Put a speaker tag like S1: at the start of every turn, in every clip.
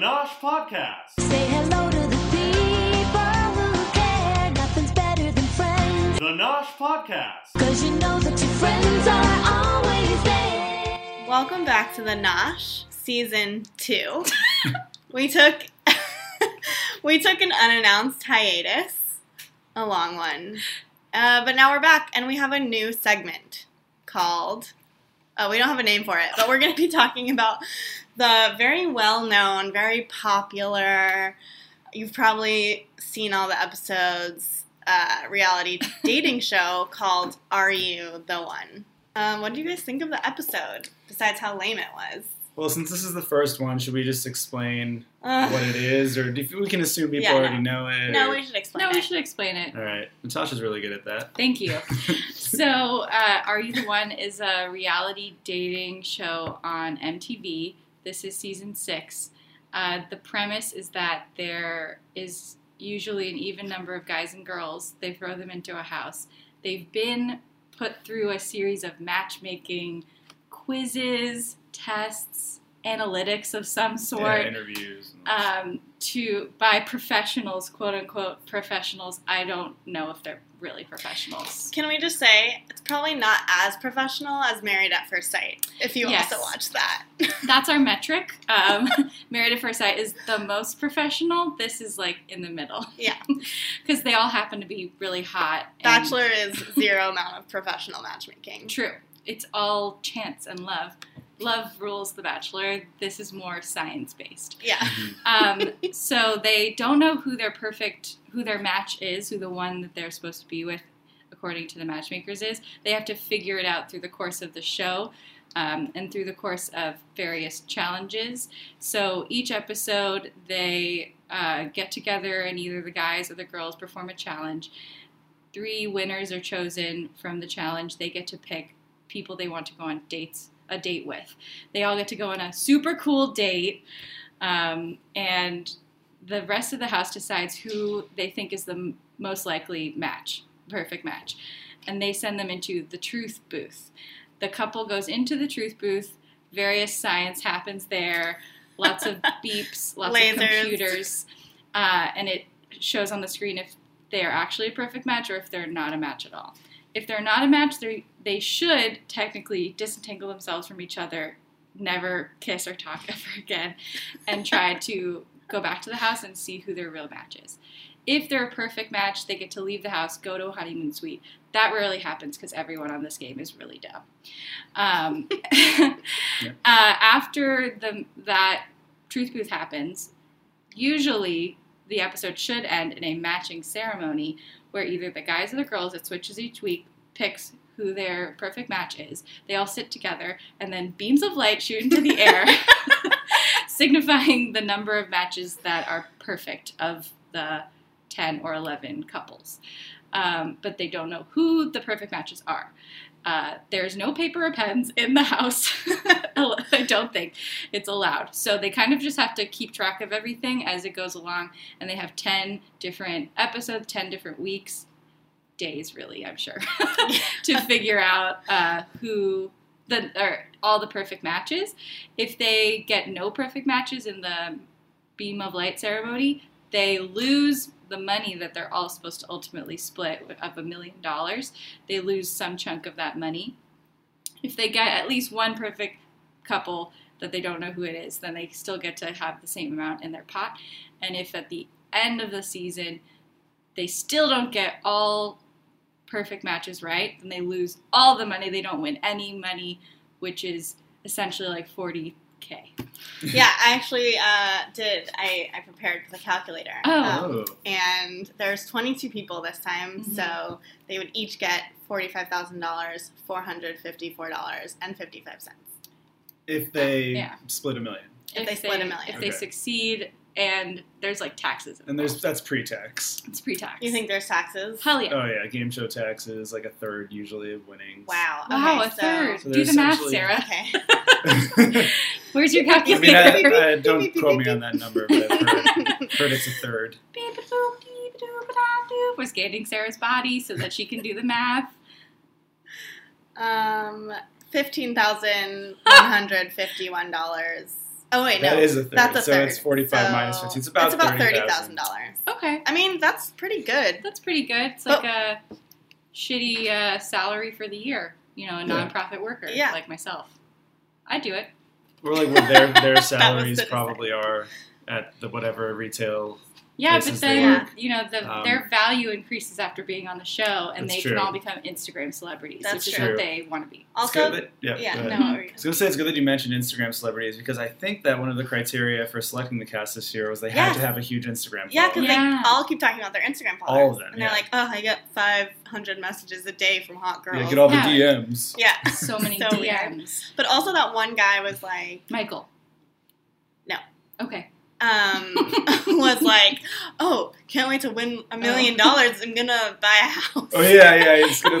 S1: Josh podcast,
S2: Say hello to the people who care. Nothing's better than friends.
S1: the Nosh podcast.
S2: Cause you know that your friends are always there.
S3: Welcome back to the Nosh season two. we took we took an unannounced hiatus, a long one, uh, but now we're back and we have a new segment called. Oh, we don't have a name for it, but we're going to be talking about the very well known, very popular. You've probably seen all the episodes. Uh, reality dating show called "Are You the One?" Um, what do you guys think of the episode? Besides how lame it was.
S4: Well, since this is the first one, should we just explain
S3: Ugh.
S4: what it is, or do you- we can assume people
S3: Yeah, no.
S4: already know it?
S3: No,
S4: or-
S3: we should explain.
S5: No, we
S3: it.
S5: should explain it.
S4: All right, Natasha's really good at that.
S5: Thank you. so, uh, Are You the One is a reality dating show on MTV. This is season six. Uh, the premise is that there is usually an even number of guys and girls. They throw them into a house. They've been put through a series of matchmaking quizzes, tests, analytics of some sort
S4: yeah, interviews. and all
S3: Uh,
S4: that.
S5: um, to by professionals, quote unquote professionals. I don't know if they're really professionals.
S3: Can we just say it's probably not as professional as Married at First Sight? If you
S5: Yes.
S3: also watch that,
S5: That's our metric. Um, Married at First Sight is the most professional. This is like in the middle.
S3: Yeah.
S5: because they all happen to be really hot. and-
S3: Bachelor is zero amount of professional matchmaking.
S5: True. It's all chance and love. Love rules the Bachelor. This is more science based.
S3: Yeah,
S4: Mm-hmm.
S5: um, so they don't know who their perfect, who their match is, who the one that they're supposed to be with, according to the matchmakers, is. They have to figure it out through the course of the show um, and through the course of various challenges. So each episode, they uh, get together and either the guys or the girls perform a challenge. Three winners are chosen from the challenge. They get to pick people they want to go on dates a date with. They all get to go on a super cool date um, and the rest of the house decides who they think is the m- most likely match, perfect match, and they send them into the truth booth. The couple goes into the truth booth. Various science happens there. Lots of beeps, lots of
S3: Lasers.
S5: computers, uh, and it shows on the screen if they are actually a perfect match or if they're not a match at all. If they're not a match, they they should technically disentangle themselves from each other, never kiss or talk ever again, and try to go back to the house and see who their real match is. If they're a perfect match, they get to leave the house, go to a honeymoon suite. That rarely happens because everyone on this game is really dumb. Um, uh, after the, that truth booth happens, usually the episode should end in a matching ceremony where either the guys or the girls, it switches each week, picks who their perfect match is. They all sit together, and then beams of light shoot into the air, signifying the number of matches that are perfect of the 10 or 11 couples. Um, but they don't know who the perfect matches are. Uh, there's no paper or pens in the house. I don't think it's allowed. So they kind of just have to keep track of everything as it goes along. And they have 10 different episodes, 10 different weeks, days, really, I'm sure, to figure out uh, who the, or all the perfect matches. If they get no perfect matches in the beam of light ceremony, they lose the money that they're all supposed to ultimately split of a million dollars. They lose some chunk of that money. If they get at least one perfect couple that they don't know who it is, then they still get to have the same amount in their pot. And if at the end of the season they still don't get all perfect matches right, then they lose all the money. They don't win any money, which is essentially like 40k.
S3: yeah. I actually uh, did. I, I prepared for the calculator.
S5: Oh.
S3: Um,
S4: oh,
S3: and there's 22 people this time,
S5: Mhm.
S3: so they would each get forty-five thousand dollars, four hundred fifty-four dollars and fifty-five cents.
S4: if
S3: uh,
S4: they
S5: Yeah.
S4: split a million,
S3: If they split a million.
S5: If
S4: Okay.
S5: they succeed, and there's like taxes.
S4: and there's that's pre-tax.
S5: involved. it's pre-tax.
S3: You think there's taxes?
S5: Hell yeah!
S4: Oh yeah, game show tax is like a third usually of winnings.
S3: Wow.
S5: wow,
S3: okay,
S5: a
S3: so-
S5: third.
S4: So
S5: Do
S4: there's
S5: the math,
S4: essentially-
S5: Sarah.
S3: Okay.
S4: I
S5: Where's your
S4: mean,
S5: calculator?
S4: I, I, don't quote me on that number, but I've heard, heard it's a third.
S5: We're scanning Sarah's body so that she can do the math.
S3: Um, fifteen thousand one hundred fifty-one dollars Oh wait, no.
S4: That is a third.
S3: That's a
S4: so
S3: third.
S4: it's 45
S3: So
S4: minus 15. It's about,
S3: it's about
S4: $30,000.
S3: dollars.
S5: Okay,
S3: I mean, that's pretty good.
S5: that's pretty good. It's
S3: But-
S5: like a shitty uh, salary for the year. You know,
S4: Yeah.
S5: a nonprofit worker
S3: Yeah.
S5: like myself. I do it.
S4: Or like what their, their
S3: was
S4: salaries
S3: gonna say.
S4: probably are at the whatever retail.
S5: Yeah,
S4: Places
S5: but
S4: they
S5: then
S3: work.
S5: you know the,
S4: Um,
S5: their value increases after being on the show, and
S4: That's
S5: they
S4: true.
S5: can all become Instagram celebrities,
S3: That's
S5: which
S4: true.
S5: is what they want to be.
S4: It's
S3: Also,
S4: good that- yeah,
S3: yeah,
S4: go ahead.
S3: no. what
S5: Mhm.
S3: were you
S4: I
S3: gonna
S4: was gonna say it's good that you mentioned Instagram celebrities because I think that one of the criteria for selecting the cast this year was they had
S3: Yes.
S4: to have a huge Instagram.
S3: Yeah, because
S4: following.
S5: Yeah.
S3: they all keep talking about their Instagram followers.
S4: All of them,
S3: And they're
S4: yeah.
S3: like, oh, I get 500 messages a day from hot girls.
S4: yeah, get all
S5: Yeah.
S4: the DMs.
S3: Yeah.
S5: So many
S3: So weird.
S5: DMs.
S3: But also, that one guy was like,
S5: Michael.
S3: No.
S5: Okay.
S3: um, was like, oh, can't wait to win a million dollars. I'm going to buy a house.
S4: Oh yeah, yeah, it's gonna buy.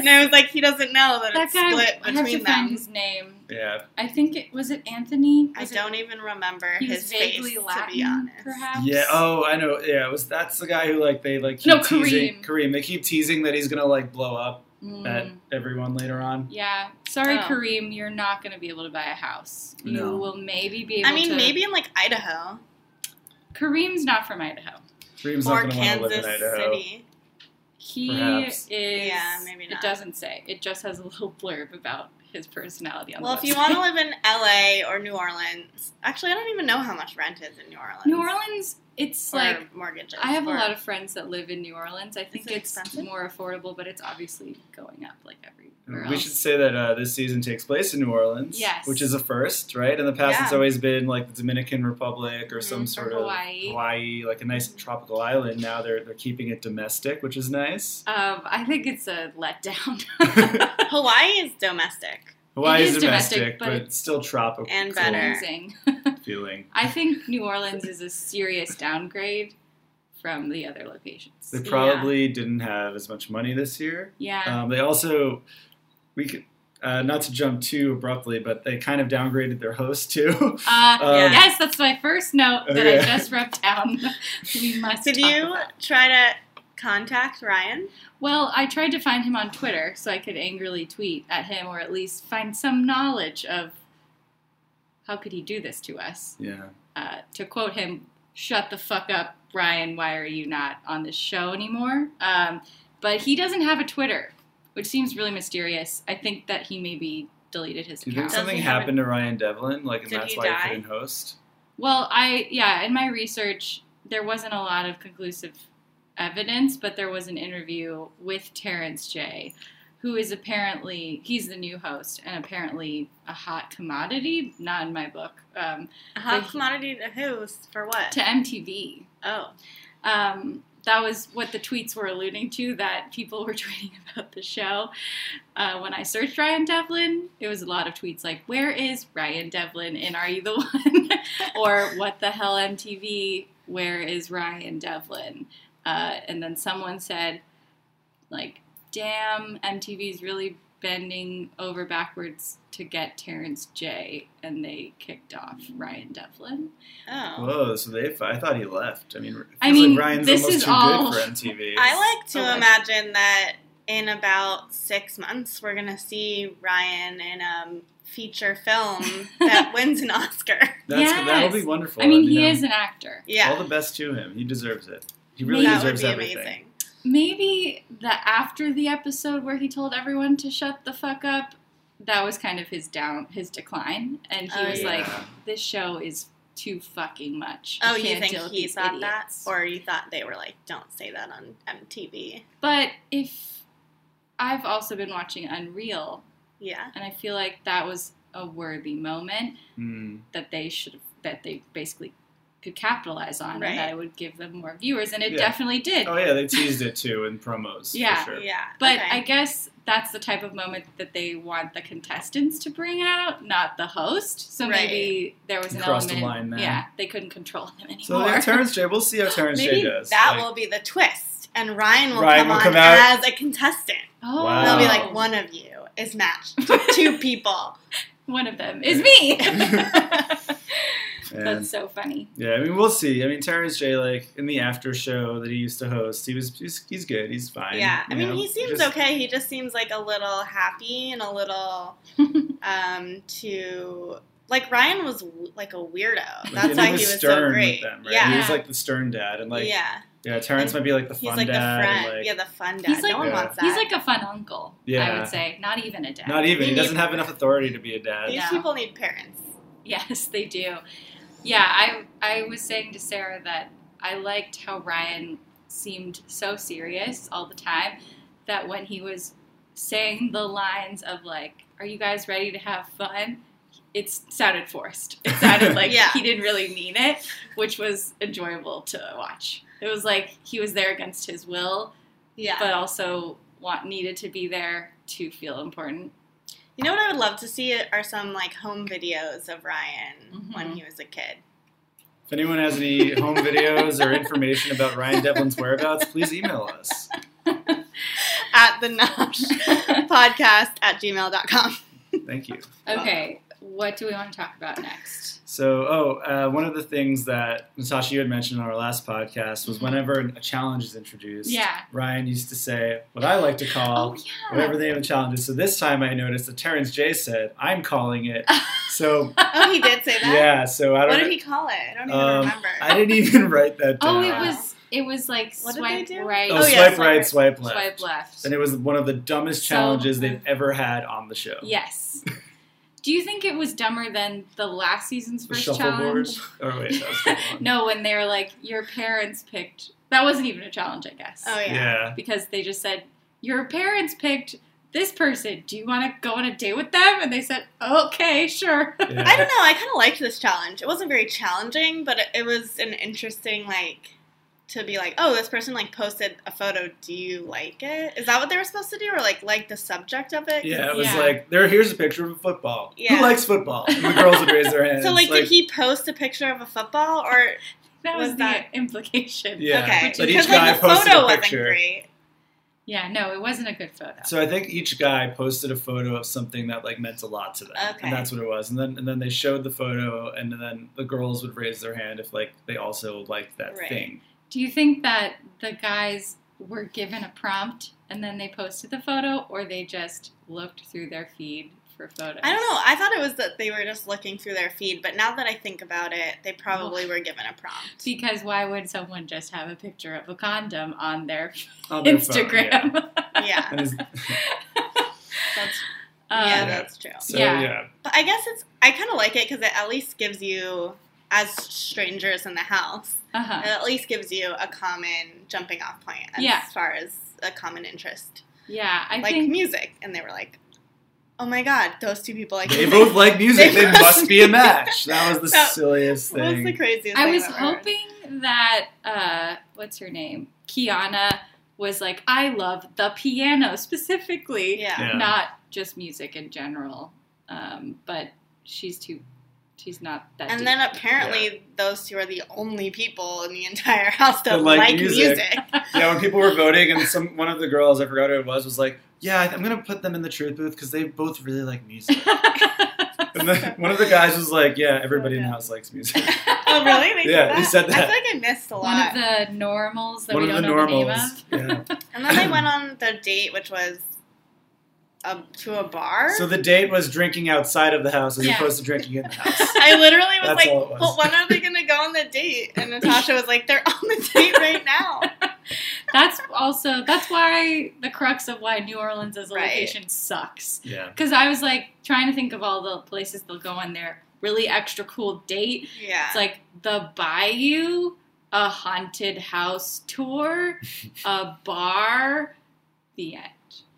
S3: And I was like, he doesn't know that,
S5: That
S3: it's
S5: guy.
S3: split
S5: I have to
S3: between them.
S5: find his name.
S4: Yeah,
S5: I think it was it Anthony.
S3: I
S5: Was it-
S3: don't even remember
S5: He was
S3: his face,
S5: vaguely
S3: to
S5: Latin,
S3: be honest.
S5: perhaps.
S4: yeah. Oh, I know. Yeah, it was that's the guy who like they like keep
S5: No,
S4: teasing
S5: Kareem.
S4: Kareem. They keep teasing that he's gonna like blow up
S5: Mm,
S4: at everyone later on.
S5: yeah. Sorry,
S3: Oh.
S5: Kareem. You're not going to be able to buy a house. You
S4: No.
S5: will maybe be able.
S3: I mean,
S5: to-
S3: maybe in like Idaho
S5: Kareem's not from Idaho.
S4: Kareem's
S3: or
S4: not gonna want to
S3: Kansas
S4: live in Idaho.
S3: City.
S5: He
S4: Perhaps.
S5: is.
S3: Yeah, maybe
S5: It
S3: not.
S5: doesn't say. It just has a little blurb about his personality on
S3: Well,
S5: the
S3: if you want
S5: website.
S3: to live in LA or New Orleans, actually, I don't even know how much rent is in New Orleans.
S5: New Orleans, it's
S3: or
S5: like
S3: mortgages.
S5: I have a
S3: or-
S5: lot of friends that live in New Orleans. I think
S3: it
S5: it's
S3: expensive?
S5: more affordable, but it's obviously going up like everywhere
S4: We
S5: else.
S4: should say that uh, this season takes place in New Orleans,
S5: Yes.
S4: which is a first, right? In the past, it's
S3: Yeah. Mm-hmm,
S4: always been like the Dominican Republic or some
S5: Mhm, or
S4: sort
S5: Hawaii.
S4: of Hawaii, like a nice tropical island. Now they're they're keeping it domestic, which is nice.
S5: um, I think it's a letdown.
S3: Hawaii is domestic.
S4: Hawaii
S5: It
S4: is
S5: is
S4: domestic,
S5: domestic,
S4: but,
S5: but
S4: it's still tropical
S3: And better.
S5: Confusing.
S4: feeling.
S5: I think New Orleans is a serious downgrade from the other locations.
S4: They probably didn't have as much money this year.
S5: Yeah.
S4: Um, they also we could. Uh, not to jump too abruptly, but they kind of downgraded their host too.
S5: Uh,
S4: um,
S5: yes, that's my first note that
S4: okay.
S5: I just wrote down. we must.
S3: Did
S5: talk
S3: you
S5: about.
S3: try to contact Ryan?
S5: Well, I tried to find him on Twitter so I could angrily tweet at him, or at least find some knowledge of how could he do this to us.
S4: yeah,
S5: Uh, to quote him, "Shut the fuck up, Brian. Why are you not on this show anymore?" Um, but he doesn't have a Twitter, which seems really mysterious. I think that he maybe deleted his
S4: do you think
S5: account.
S3: Does
S4: something
S3: he have a-
S4: happened to Ryan Devlin? Like, and
S3: Did
S4: that's
S3: he
S4: why
S3: die?
S4: he couldn't host.
S5: Well, I yeah, in my research there wasn't a lot of conclusive evidence, but there was an interview with Terrence J, who is apparently he's the new host and apparently a hot commodity, not in my book, um,
S3: A hot
S5: Like-
S3: commodity to who? For what?
S5: to MTV.
S3: oh.
S5: Um, that was what the tweets were alluding to that people were tweeting about the show. Uh, when I searched Ryan Devlin, it was a lot of tweets like, Where is Ryan Devlin and Are You the One? or What the Hell MTV? Where is Ryan Devlin? Uh, and then someone said, like, damn, MTV's really bending over backwards to get Terrence J. And they kicked off Ryan Devlin.
S3: Oh.
S4: Whoa! So they, I thought he left. I mean, it
S5: I
S4: feels
S5: mean,
S4: like Ryan's
S5: this
S4: almost
S5: is
S4: too
S5: all-
S4: good for MTV.
S3: I like to
S5: Oh, I-
S3: imagine that in about six months we're gonna see Ryan in a um, feature film that wins an Oscar.
S4: That's, that'll be
S5: Yes.
S4: wonderful.
S5: I mean,
S4: you
S5: he
S4: know,
S5: is an actor.
S3: Yeah,
S4: All the best to him. He deserves it. He really
S3: that would
S4: deserves
S3: be
S4: everything.
S3: amazing.
S5: Maybe the after the episode where he told everyone to shut the fuck up, that was kind of his down his decline, and he
S3: Oh,
S5: was
S3: yeah.
S5: like, "This show is too fucking much." I
S3: Oh, you
S5: can't
S3: think
S5: deal with
S3: he
S5: these
S3: thought
S5: idiots."
S3: that, or you thought they were like, "Don't say that on MTV."
S5: but if I've also been watching Unreal,
S3: Yeah,
S5: and I feel like that was a worthy moment
S4: Hmm.
S5: that they should have that they basically could capitalize on,
S3: Right.
S5: and that it would give them more viewers, and it
S4: Yeah.
S5: definitely did.
S4: Oh yeah, they teased it too in promos.
S5: Yeah.
S4: for sure.
S3: yeah.
S5: But
S3: okay.
S5: I guess that's the type of moment that they want the contestants to bring out, not the host. So
S3: Right.
S5: maybe there was
S4: You
S5: an
S4: crossed the
S5: element.
S4: line there.
S5: Yeah, they couldn't control him anymore.
S4: So like, Terrence J. We'll see how Terrence
S3: maybe
S4: J. does.
S3: that
S4: Like,
S3: will be the twist, and Ryan will
S4: Ryan
S3: come
S4: will
S3: on
S4: come out-
S3: as a contestant.
S5: oh,
S4: Wow.
S3: They'll be like, "One of you is matched to two people."
S5: One of them is me.
S4: man.
S5: that's so funny.
S4: Yeah, I mean, we'll see. I mean, Terrence J. Like in the after show that he used to host, he was he's, he's good. He's fine.
S3: Yeah, I
S4: you
S3: mean,
S4: know?
S3: he seems
S4: Just-
S3: okay. He just seems like a little happy and a little um, too Like Ryan was w- like a weirdo.
S4: Like,
S3: That's
S4: and
S3: why
S4: he was
S3: so
S4: stern
S3: great.
S4: with them, right?
S3: Yeah.
S4: He was like the stern dad, and like yeah,
S3: yeah.
S4: Terrence might be like the
S3: He's
S4: fun
S3: like the
S4: dad, and,
S3: friend.
S4: like,
S3: yeah, the fun dad.
S5: He's like-
S3: no one
S4: Yeah.
S3: wants that.
S5: He's like a fun uncle, I
S4: Yeah.
S5: would say. Not even a dad.
S4: not even he
S3: He
S4: doesn't
S3: needs-
S4: have enough authority to be a dad.
S3: These
S5: Yeah.
S3: people need parents.
S5: Yes, they do. Yeah, I I was saying to Sarah that I liked how Ryan seemed so serious all the time that when he was saying the lines of like, "Are you guys ready to have fun?" It s- sounded forced. It sounded like
S3: Yeah.
S5: he didn't really mean it, which was enjoyable to watch. It was like he was there against his will,
S3: Yeah.
S5: but also want needed to be there to feel important.
S3: you know what I would love to see are some like home videos of Ryan when
S4: Mm-hmm.
S5: Mhm.
S3: he was a kid.
S4: If anyone has any home videos or information about Ryan Devlin's whereabouts, please email us.
S3: At the Nosh podcast at gmail.com.
S4: Thank you.
S5: Okay, what do we want to talk about next?
S4: So, oh, uh, one of the things that Natasha you had mentioned on our last podcast was
S5: Mhm.
S4: whenever a challenge is introduced,
S5: Yeah.
S4: Ryan used to say what I like to call
S5: Oh yeah.
S4: whatever the name of the challenge is. So this time I noticed that Terrence J said, "I'm calling it." So
S3: Oh, he did say that?
S4: yeah, so I don't.
S3: What
S4: know-
S3: did he call it? I don't even
S4: Um,
S3: remember.
S4: I didn't even write that down.
S5: Oh, it
S3: Yeah.
S5: was it was like
S3: What did
S5: swipe
S3: they do?
S5: right,
S4: Oh,
S3: Oh,
S4: swipe,
S3: yeah,
S4: right,
S3: swipe right.
S4: swipe left.
S5: swipe left.
S4: And it was one of the dumbest
S5: So-
S4: challenges they've ever had on the show.
S5: Yes. Do you think it was dumber than the last season's
S4: The
S5: first
S4: shuffleboard.
S5: challenge?
S4: Or wait, that was the one.
S5: No, when they were like, your parents picked. That wasn't even a challenge, I guess.
S3: oh, yeah.
S4: Yeah.
S5: Because they just said, your parents picked this person. Do you want to go on a date with them? And they said, okay, sure.
S4: yeah.
S3: I don't know. I kind of liked this challenge. It wasn't very challenging, but it, it was an interesting like to be like, oh, this person like posted a photo. Do you like it? Is that what they were supposed to do, or like like the subject of it? 'Cause-
S4: Yeah, it was
S5: Yeah.
S4: like there. Here's a picture of a football.
S3: Yeah.
S4: Who likes football? And the girls would raise their hands.
S3: So like, did he post a picture of a football or
S5: That
S3: Was
S5: was,
S3: that-
S5: the implication.
S4: Yeah,
S3: okay?
S4: but each
S3: because
S4: guy
S3: like the
S4: posted a
S3: photo wasn't
S4: picture.
S3: great.
S5: Yeah, no, it wasn't a good photo.
S4: So I think each guy posted a photo of something that like meant a lot to them,
S3: Okay.
S4: and that's what it was. And then and then they showed the photo, and then the girls would raise their hand if like they also liked that
S3: Right.
S4: thing.
S5: Do you think that the guys were given a prompt and then they posted the photo, or they just looked through their feed for photos?
S3: I don't know. I thought it was that they were just looking through their feed, but now that I think about it, they probably were given a prompt.
S5: Because why would someone just have a picture of a condom on their
S4: On their phone, yeah.
S5: Instagram?
S3: Yeah,
S4: And it's-
S3: that's, yeah,
S5: Uh,
S3: that's true.
S4: so
S5: Yeah.
S4: yeah.
S3: But I guess it's I kind of like it because it at least gives you, as strangers in the house,
S5: uh-huh.
S3: it at least gives you a common jumping off point as
S5: Yeah.
S3: far as a common interest,
S5: Yeah, I
S3: like
S5: think
S3: music. And they were like, "Oh my god, those two people like
S4: They both like music.
S3: They
S4: They must be a match. That was the
S3: That-
S4: silliest
S3: What's the
S4: thing.
S3: craziest?
S5: I
S3: thing
S5: was
S3: I've ever heard?
S5: hoping that uh, what's her name, Kiana, was like, I love the piano specifically,
S3: Yeah.
S4: Yeah.
S5: not just music in general. Um, but she's too, she's not that.
S3: And
S5: deep.
S3: then apparently those two are the only people in the entire house that
S4: That like
S3: like,
S4: music.
S3: music.
S4: yeah, when people were voting, and some one of the girls, I forgot who it was, was like, "Yeah, I th- I'm gonna put them in the truth booth because they both really like music." And then one of the guys was like, "Yeah, everybody in the house likes music."
S3: oh really? They
S4: Yeah, they
S3: said that?
S4: said
S3: I
S4: that.
S3: feel like I missed a
S5: One
S3: lot.
S5: of the normals that
S4: one
S5: we
S4: of
S5: don't
S4: the
S5: know
S4: normals.
S5: the name
S4: Yeah.
S5: of.
S3: and then they went on the date, which was um, to a bar.
S4: So the date was drinking outside of the house as
S5: Yeah.
S4: opposed to drinking in the house.
S3: I literally was
S4: That's
S3: like,
S4: all it was.
S3: "Well, when are they gonna go on the date?" And Natasha was like, "They're on the date right now."
S5: That's also that's why the crux of why New Orleans as a
S3: Right.
S5: location sucks.
S4: Yeah.
S5: Because I was like trying to think of all the places they'll go on their really extra cool date.
S3: Yeah,
S5: It's like the Bayou, a haunted house tour, a bar. The end.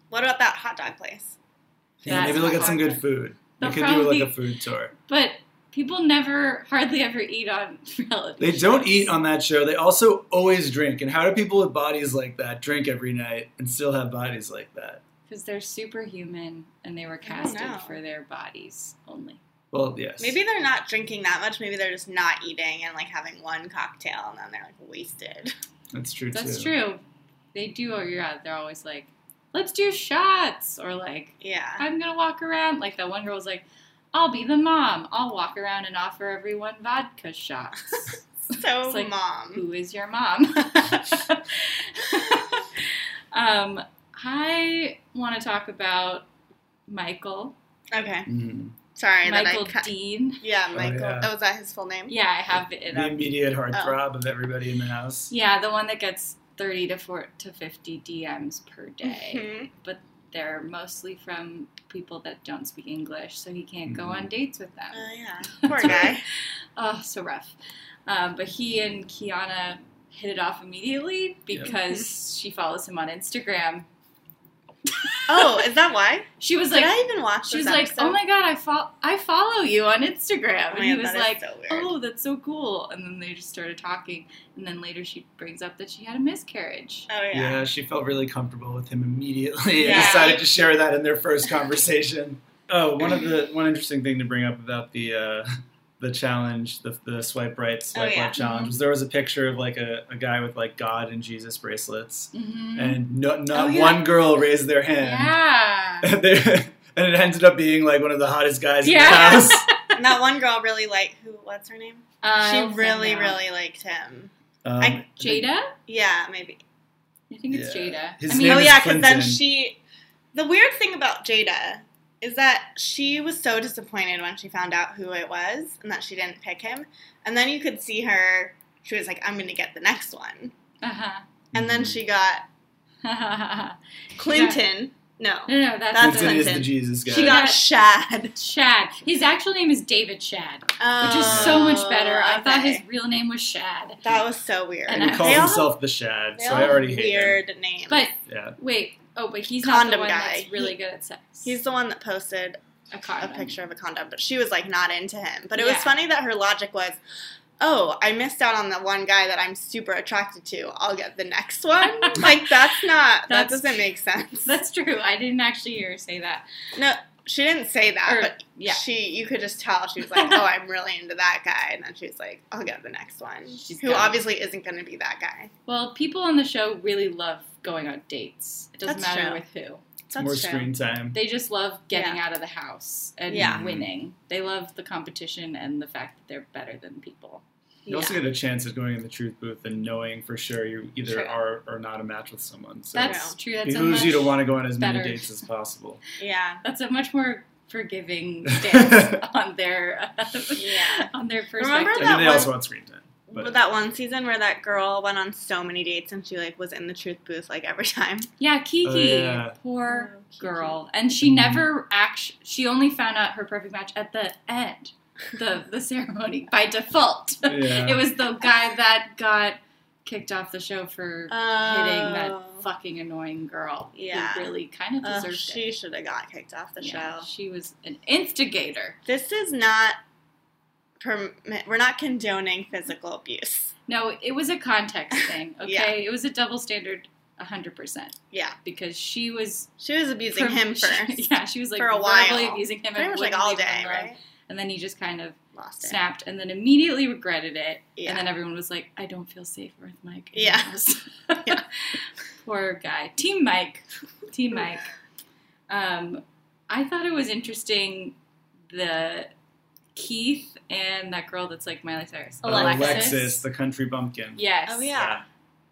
S3: what about that hot dog place?
S4: yeah maybe
S5: That's
S4: they'll get
S5: hard.
S4: some good food. They
S5: They'll
S4: could do like
S5: probably-
S4: a food tour.
S5: But people never, hardly ever eat on
S4: They
S5: reality.
S4: don't
S5: shows.
S4: eat on that show. They also always drink. And how do people with bodies like that drink every night and still have bodies like that?
S5: Because they're superhuman and they were
S3: I don't
S5: casted
S3: know.
S5: for their bodies only.
S4: Well, yes.
S3: Maybe they're not drinking that much. Maybe they're just not eating and like having one cocktail, and then they're like wasted.
S4: that's true too.
S5: That's true. They do, or yeah, they're always like, let's do shots, or like,
S3: Yeah,
S5: I'm gonna walk around. Like that one girl was like, I'll be the mom. I'll walk around and offer everyone vodka shots.
S3: so
S5: It's like-
S3: mom.
S5: Who is your mom? um, I want to talk about Michael
S3: Okay,
S4: Mhm.
S3: Sorry
S5: Michael
S3: that I cut.
S5: Dean.
S3: Yeah,
S4: Oh,
S3: Michael.
S4: yeah.
S3: Oh, was that his full name?
S5: Yeah, I have it
S4: The
S5: up.
S4: immediate
S3: Oh.
S4: heartthrob of everybody in the house.
S5: Yeah, the one that gets 30 to 4 to 50 DMs per day.
S3: Mhm.
S5: They're mostly from people that don't speak English, so he can't go
S4: Mhm.
S5: on dates with them.
S3: Oh, yeah. Poor guy.
S5: Oh, so rough. Um, but he and Kiana hit it off immediately
S4: Yep.
S5: because she follows him on Instagram.
S3: oh, is that why?
S5: She was
S3: Did
S5: like,
S3: I even watch
S5: she
S3: this
S5: was like,
S3: episode?
S5: oh my god, I fo- I follow you on Instagram,
S3: Oh
S5: and
S3: my
S5: he
S3: God,
S5: was
S3: that is
S5: like,
S3: so weird.
S5: oh, that's so cool. And then they just started talking, and then later she brings up that she had a miscarriage.
S3: Oh,
S4: Yeah.
S3: yeah.
S4: she felt really comfortable with him immediately and
S3: Yeah.
S4: decided to share that in their first conversation. Oh, one of the one interesting thing to bring up about the uh, the challenge, the, the swipe right, swipe
S3: Oh, yeah. Mm-hmm.
S4: left challenge, was there was a picture of like a, a guy with like God and Jesus bracelets,
S5: Mm-hmm.
S4: and no, not
S3: Oh, yeah.
S4: one girl raised their hand.
S5: yeah. Uh,
S4: And, they, and it ended up being like one of the hottest guys
S5: Yeah.
S4: in the house.
S3: And that one girl really liked who? What's her name?
S5: I'll
S3: she
S5: find
S3: really,
S5: out.
S3: really liked him.
S4: Um,
S3: I-
S5: Jada.
S3: Yeah, maybe.
S5: I think it's
S4: Yeah.
S5: Jada.
S4: His
S5: I mean,
S4: name
S3: oh
S4: is
S3: yeah, because then
S4: Clinton.
S3: she. The weird thing about Jada is that she was so disappointed when she found out who it was and that she didn't pick him. And then you could see her. She was like, "I'm gonna get the next one,"
S5: uh-huh.
S3: and then
S4: Mm-hmm.
S3: she got Clinton. No,
S5: no, no, that's,
S3: That's
S4: Clinton is
S3: Clinton.
S4: the Jesus guy.
S3: she got Shad, which
S5: Shad. His actual name is David Shad, which is
S4: Oh,
S5: so
S3: Oh,
S5: much better. I thought his real name was Shad.
S3: that was so weird.
S5: And
S4: and he
S5: I-
S4: calls
S3: They all
S4: himself the Shad,
S3: have-
S4: so
S3: they
S4: I
S3: all
S4: already
S3: have
S4: hate him.
S3: weird names.
S5: But
S4: Yeah,
S5: wait, oh, but he's not the
S3: Condom
S5: one
S3: guy.
S5: that's really good at sex.
S3: he's the one that posted
S5: a
S3: a
S5: condom.
S3: picture of a condom, but she was like not into him. But it
S5: Yeah.
S3: was funny that her logic was, "Oh, I missed out on the one guy that I'm super attracted to. I'll get the next one." like that's not that
S5: That's-
S3: doesn't make sense.
S5: That's true. I didn't actually hear her say that.
S3: no, she didn't say that,
S5: Or-
S3: but
S5: yeah.
S3: she you could just tell she was like, "Oh, I'm really into that guy," and then she was like, "I'll get the next one,"
S5: She's
S3: who
S5: got it.
S3: obviously is isn't going to be that guy.
S5: Well, people on the show really love going on dates. It doesn't
S3: That's
S5: matter
S3: true.
S5: with who.
S3: That's
S4: more
S3: true.
S4: screen time.
S5: They just love getting out of the house and
S3: Yeah.
S5: winning. They love the competition and the fact that they're better than people.
S4: You also get a chance at going in the truth booth and knowing for sure you either
S3: True.
S4: are or not a match with someone. So
S5: That's
S3: Yeah.
S5: true. That's
S4: it
S5: a
S4: behooves
S5: much,
S4: you to want to go on as many
S5: better.
S4: dates as possible.
S3: yeah,
S5: That's a much more forgiving stance on their
S3: yeah.
S5: on their perspective.
S3: Remember
S4: I
S3: that
S4: mean, they
S3: one-
S4: also want screen time. But-
S3: But that one season where that girl went on so many dates and she like was in the truth booth like every time.
S5: Yeah, Kiki,
S4: Oh, yeah.
S5: poor
S3: Oh, Kiki.
S5: girl, and she
S4: Mm.
S5: never act. She only found out her perfect match at the end, the the ceremony by default.
S4: Yeah.
S5: It was the guy that got kicked off the show for hitting that
S3: Oh.
S5: fucking annoying girl. who
S3: Yeah.
S5: really kind of
S3: Ugh,
S5: deserved it.
S3: she should have got kicked off the
S5: Yeah,
S3: show.
S5: she was an instigator.
S3: This is not permit. We're not condoning physical abuse.
S5: No, it was a context thing. Okay,
S3: Yeah.
S5: it was a double standard, hundred percent,
S3: Yeah,
S5: because she was
S3: she was abusing
S5: pro-
S3: him
S5: she-
S3: first.
S5: yeah, she was like
S3: For a
S5: verbally
S3: while.
S5: abusing him,
S3: pretty
S5: and
S3: much like
S5: wouldn't
S3: all
S5: leave him
S3: day,
S5: alone.
S3: right?
S5: And then he just kind of
S3: Lost it.
S5: snapped and then immediately regretted it.
S3: Yeah.
S5: And then everyone was like, I don't feel safe with Mike. in
S3: Yeah.
S5: the house." Poor guy. Team Mike. Team Mike. Um, I thought it was interesting the Keith and that girl that's like Miley Cyrus.
S4: Uh, the country bumpkin.
S5: Yes.
S3: Oh yeah.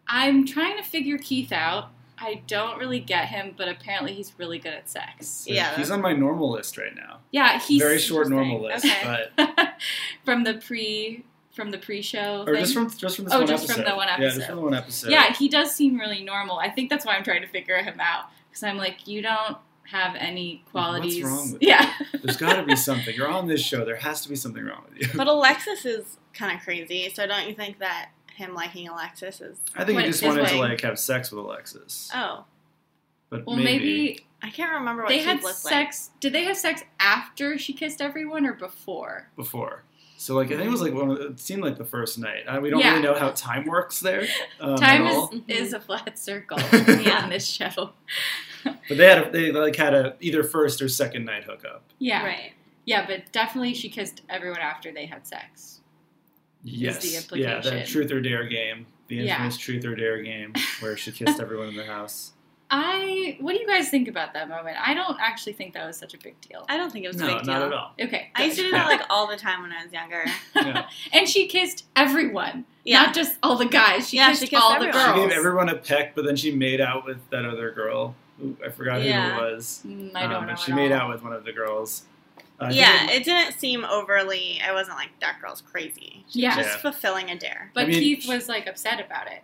S5: I'm trying to figure Keith out. I don't really get him, but apparently he's really good at sex.
S4: So
S3: Yeah.
S4: He's on my normal list right now.
S5: Yeah, he's
S4: Very short normal list,
S3: Okay.
S4: but
S5: from the pre from the pre-show
S4: or
S5: thing.
S4: just from just from this
S5: Oh,
S4: one
S5: just from
S4: episode.
S5: the one
S4: Yeah, just
S5: episode.
S4: from the one episode.
S5: yeah he does seem really normal i think that's why i'm trying to figure him out because i'm like you don't have any qualities
S4: wrong with
S5: yeah
S4: There's got to be something. You're on this show. There has to be something wrong with you.
S3: But Alexis is kind of crazy, so don't you think that him liking Alexis is?
S4: I think
S5: What,
S4: he just
S5: his
S4: wanted to
S3: way?
S4: like have sex with Alexis.
S3: Oh,
S4: But
S5: well maybe,
S3: I can't remember what
S5: they
S3: she
S5: had
S3: looked
S5: sex did they have sex after she kissed everyone or before
S4: before. So like I think it was like one. Of, the- it seemed like the first night. Uh, we don't
S5: Yeah.
S4: really know how time works there. Um,
S5: time
S4: at
S5: is,
S4: all.
S3: Mm-hmm.
S5: is a flat circle yeah, on this show
S4: But they had a, they like had a either first or second night hookup.
S5: yeah
S3: like. Right.
S5: yeah but definitely she kissed everyone after they had sex
S4: Yes. Yeah,
S5: implication.
S4: that truth or dare game. The
S5: Yeah.
S4: infamous truth or dare game where she kissed everyone in the house.
S5: i what do you guys think about that moment i don't actually think that was such a big deal
S3: I don't think it was
S4: No,
S3: a big
S4: not
S3: deal.
S4: at all.
S5: okay
S3: I used to do
S4: Yeah.
S3: that like all the time when I was younger.
S4: Yeah.
S5: and she kissed everyone
S3: Yeah.
S5: Not just all the guys. She
S3: Yeah,
S5: kissed,
S3: she kissed
S5: all the
S3: everyone.
S5: girls.
S4: She gave everyone a peck, but then she made out with that other girl. Who, I forgot
S3: Yeah.
S4: who it was.
S5: Mm, I don't
S4: Um,
S5: know.
S4: But she
S5: at
S4: made
S5: all.
S4: out with one of the girls. Uh, I think
S3: yeah,
S4: it-
S3: it didn't seem overly. I wasn't like that girl's crazy. She was
S5: Yeah.
S3: just
S4: Yeah.
S3: fulfilling a dare.
S5: But
S4: I mean-
S5: Keith was like upset about it.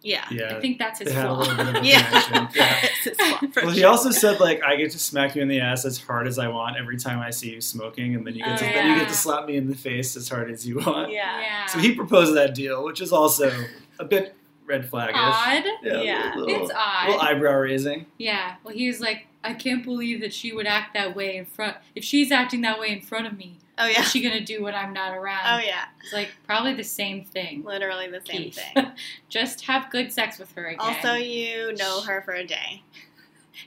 S3: Yeah,
S4: yeah.
S5: I think that's his
S4: they had a
S5: flaw.
S4: little bit of a
S3: Yeah.
S4: connection. yeah.
S3: It's his fault, for
S4: Well, he
S3: sure.
S4: also said like I get to smack you in the ass as hard as I want every time I see you smoking, and then you get
S5: Oh,
S4: to then you
S5: yeah.
S4: get to slap me in the face as hard as you want.
S3: yeah.
S4: So he proposed that deal, which is also a bit red flaggish.
S5: odd.
S4: a
S3: Yeah,
S4: little,
S5: It's
S4: little
S5: odd.
S4: eyebrow raising.
S5: Yeah. Well, he was like, I can't believe that she would act that way in front. If she's acting that way in front of me,
S3: Oh yeah.
S5: is she gonna do when I'm not around?
S3: Oh yeah.
S5: It's like probably the same thing.
S3: Literally the same
S5: Keith.
S3: thing.
S5: Just have good sex with her again.
S3: Also, you know her for a day.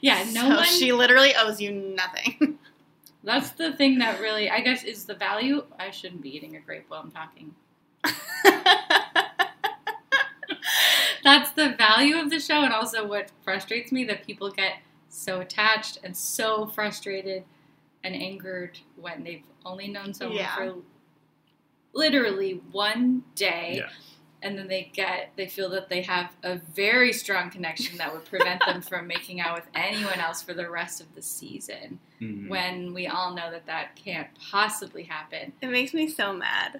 S5: yeah, no
S3: so
S5: one.
S3: she literally owes you nothing.
S5: That's the thing that really, I guess, is the value. I shouldn't be eating a grape while I'm talking. That's the value of the show, and also what frustrates me that people get so attached and so frustrated and angered when they've only known someone
S3: Yeah.
S5: for literally one day.
S4: Yeah.
S5: And then they get, they feel that they have a very strong connection that would prevent them from making out with anyone else for the rest of the season.
S4: Mm.
S5: when we all know that that can't possibly happen.
S3: it makes me so mad.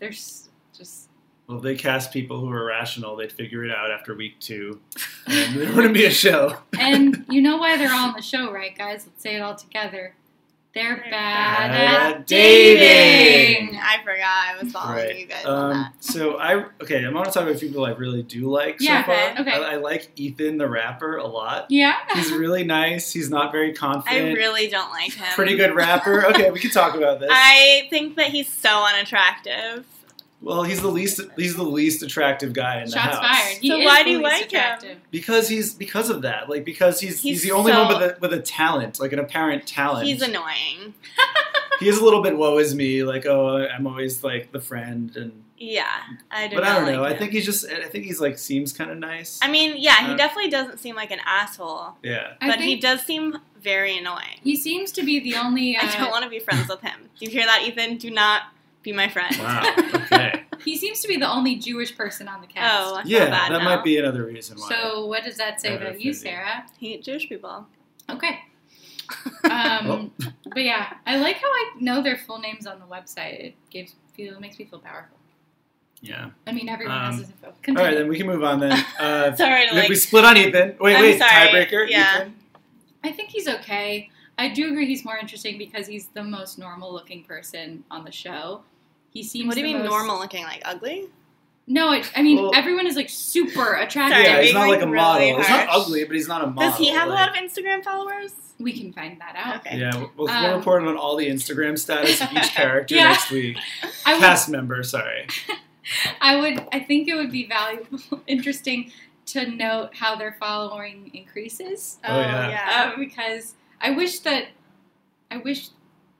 S5: There's just
S4: Well, if they cast people who are rational, they'd figure it out after week two, and there wouldn't be a show.
S5: and you know why they're all on the show, right, guys? Let's say it all together. They're
S3: They're
S4: bad
S5: bad, at
S4: at
S5: dating.
S4: dating.
S3: I forgot I was following you guys on
S4: Um,
S3: that.
S4: so I okay. I'm going to talk about people I really do like.
S5: Yeah,
S4: so far.
S3: okay,
S5: okay.
S4: I, I like Ethan the rapper a lot.
S5: Yeah.
S4: He's really nice. He's not very
S3: I
S4: confident.
S3: really don't like him.
S4: Pretty good rapper. Okay, we can talk about this.
S3: I think that he's so unattractive.
S4: well, he's the least he's the least attractive guy in the
S5: Shots
S4: house.
S5: fired. He
S3: So
S5: is
S3: why do
S5: the
S3: you
S5: least
S3: like him?
S5: attractive.
S4: Because he's because of that. Like because he's he's,
S3: He's
S4: the only
S3: so-
S4: one with a with a talent, like an apparent talent.
S3: He's annoying.
S4: he is a little bit woe is me, like, oh I'm always like the friend and
S3: Yeah, I do
S4: but I
S3: not
S4: don't know.
S3: like
S4: I
S3: him.
S4: think he's just I think he's like seems kinda nice.
S3: I mean, yeah, he
S4: Uh,
S3: definitely doesn't seem like an asshole,
S4: yeah.
S5: I
S3: but
S5: think
S3: he does seem very annoying.
S5: He seems to be the only. Uh,
S3: I don't want to be friends with him. Do you hear that, Ethan? Do not be my friend.
S4: Wow. Okay.
S5: he seems to be the only Jewish person on the cast.
S3: Oh, I feel
S4: yeah,
S3: bad
S4: that
S3: now.
S4: might be another reason why.
S5: So what does that say
S4: Never
S5: about you,
S4: offended.
S5: Sarah?
S3: hate Jewish people.
S5: Okay. Um, but yeah, I like how I know their full names on the website. It gives feel makes me feel powerful.
S4: yeah.
S5: I mean, everyone has
S4: Um,
S5: this info.
S4: All right,
S5: Continue.
S4: then we can move on then. Uh,
S3: Sorry to
S4: if
S3: like.
S4: we split on Ethan. Wait,
S3: I'm
S4: wait,
S3: sorry.
S4: tiebreaker.
S3: Yeah.
S4: Ethan?
S5: I think he's okay. I do agree he's more interesting because he's the most normal looking person on the show. He seems.
S3: What do you
S5: the
S3: mean
S5: most-
S3: normal looking? Like ugly?
S5: No, it, I mean
S4: Well-
S5: everyone is like super attractive.
S3: Sorry,
S4: yeah, he's
S3: being,
S4: not
S3: like,
S4: like a model.
S3: really
S4: He's not
S3: harsh.
S4: ugly, but he's not a model.
S3: Does he have a
S4: like-
S3: lot of Instagram followers?
S5: We can find that out.
S3: Okay.
S4: Yeah, we'll, we'll
S5: Um,
S4: report on all the Instagram status of each character
S5: Yeah.
S4: next week.
S5: I would
S4: Cast member, sorry.
S5: I would. I think it would be valuable, interesting to note how their following increases.
S4: Oh, yeah.
S5: Uh, because I wish that I wish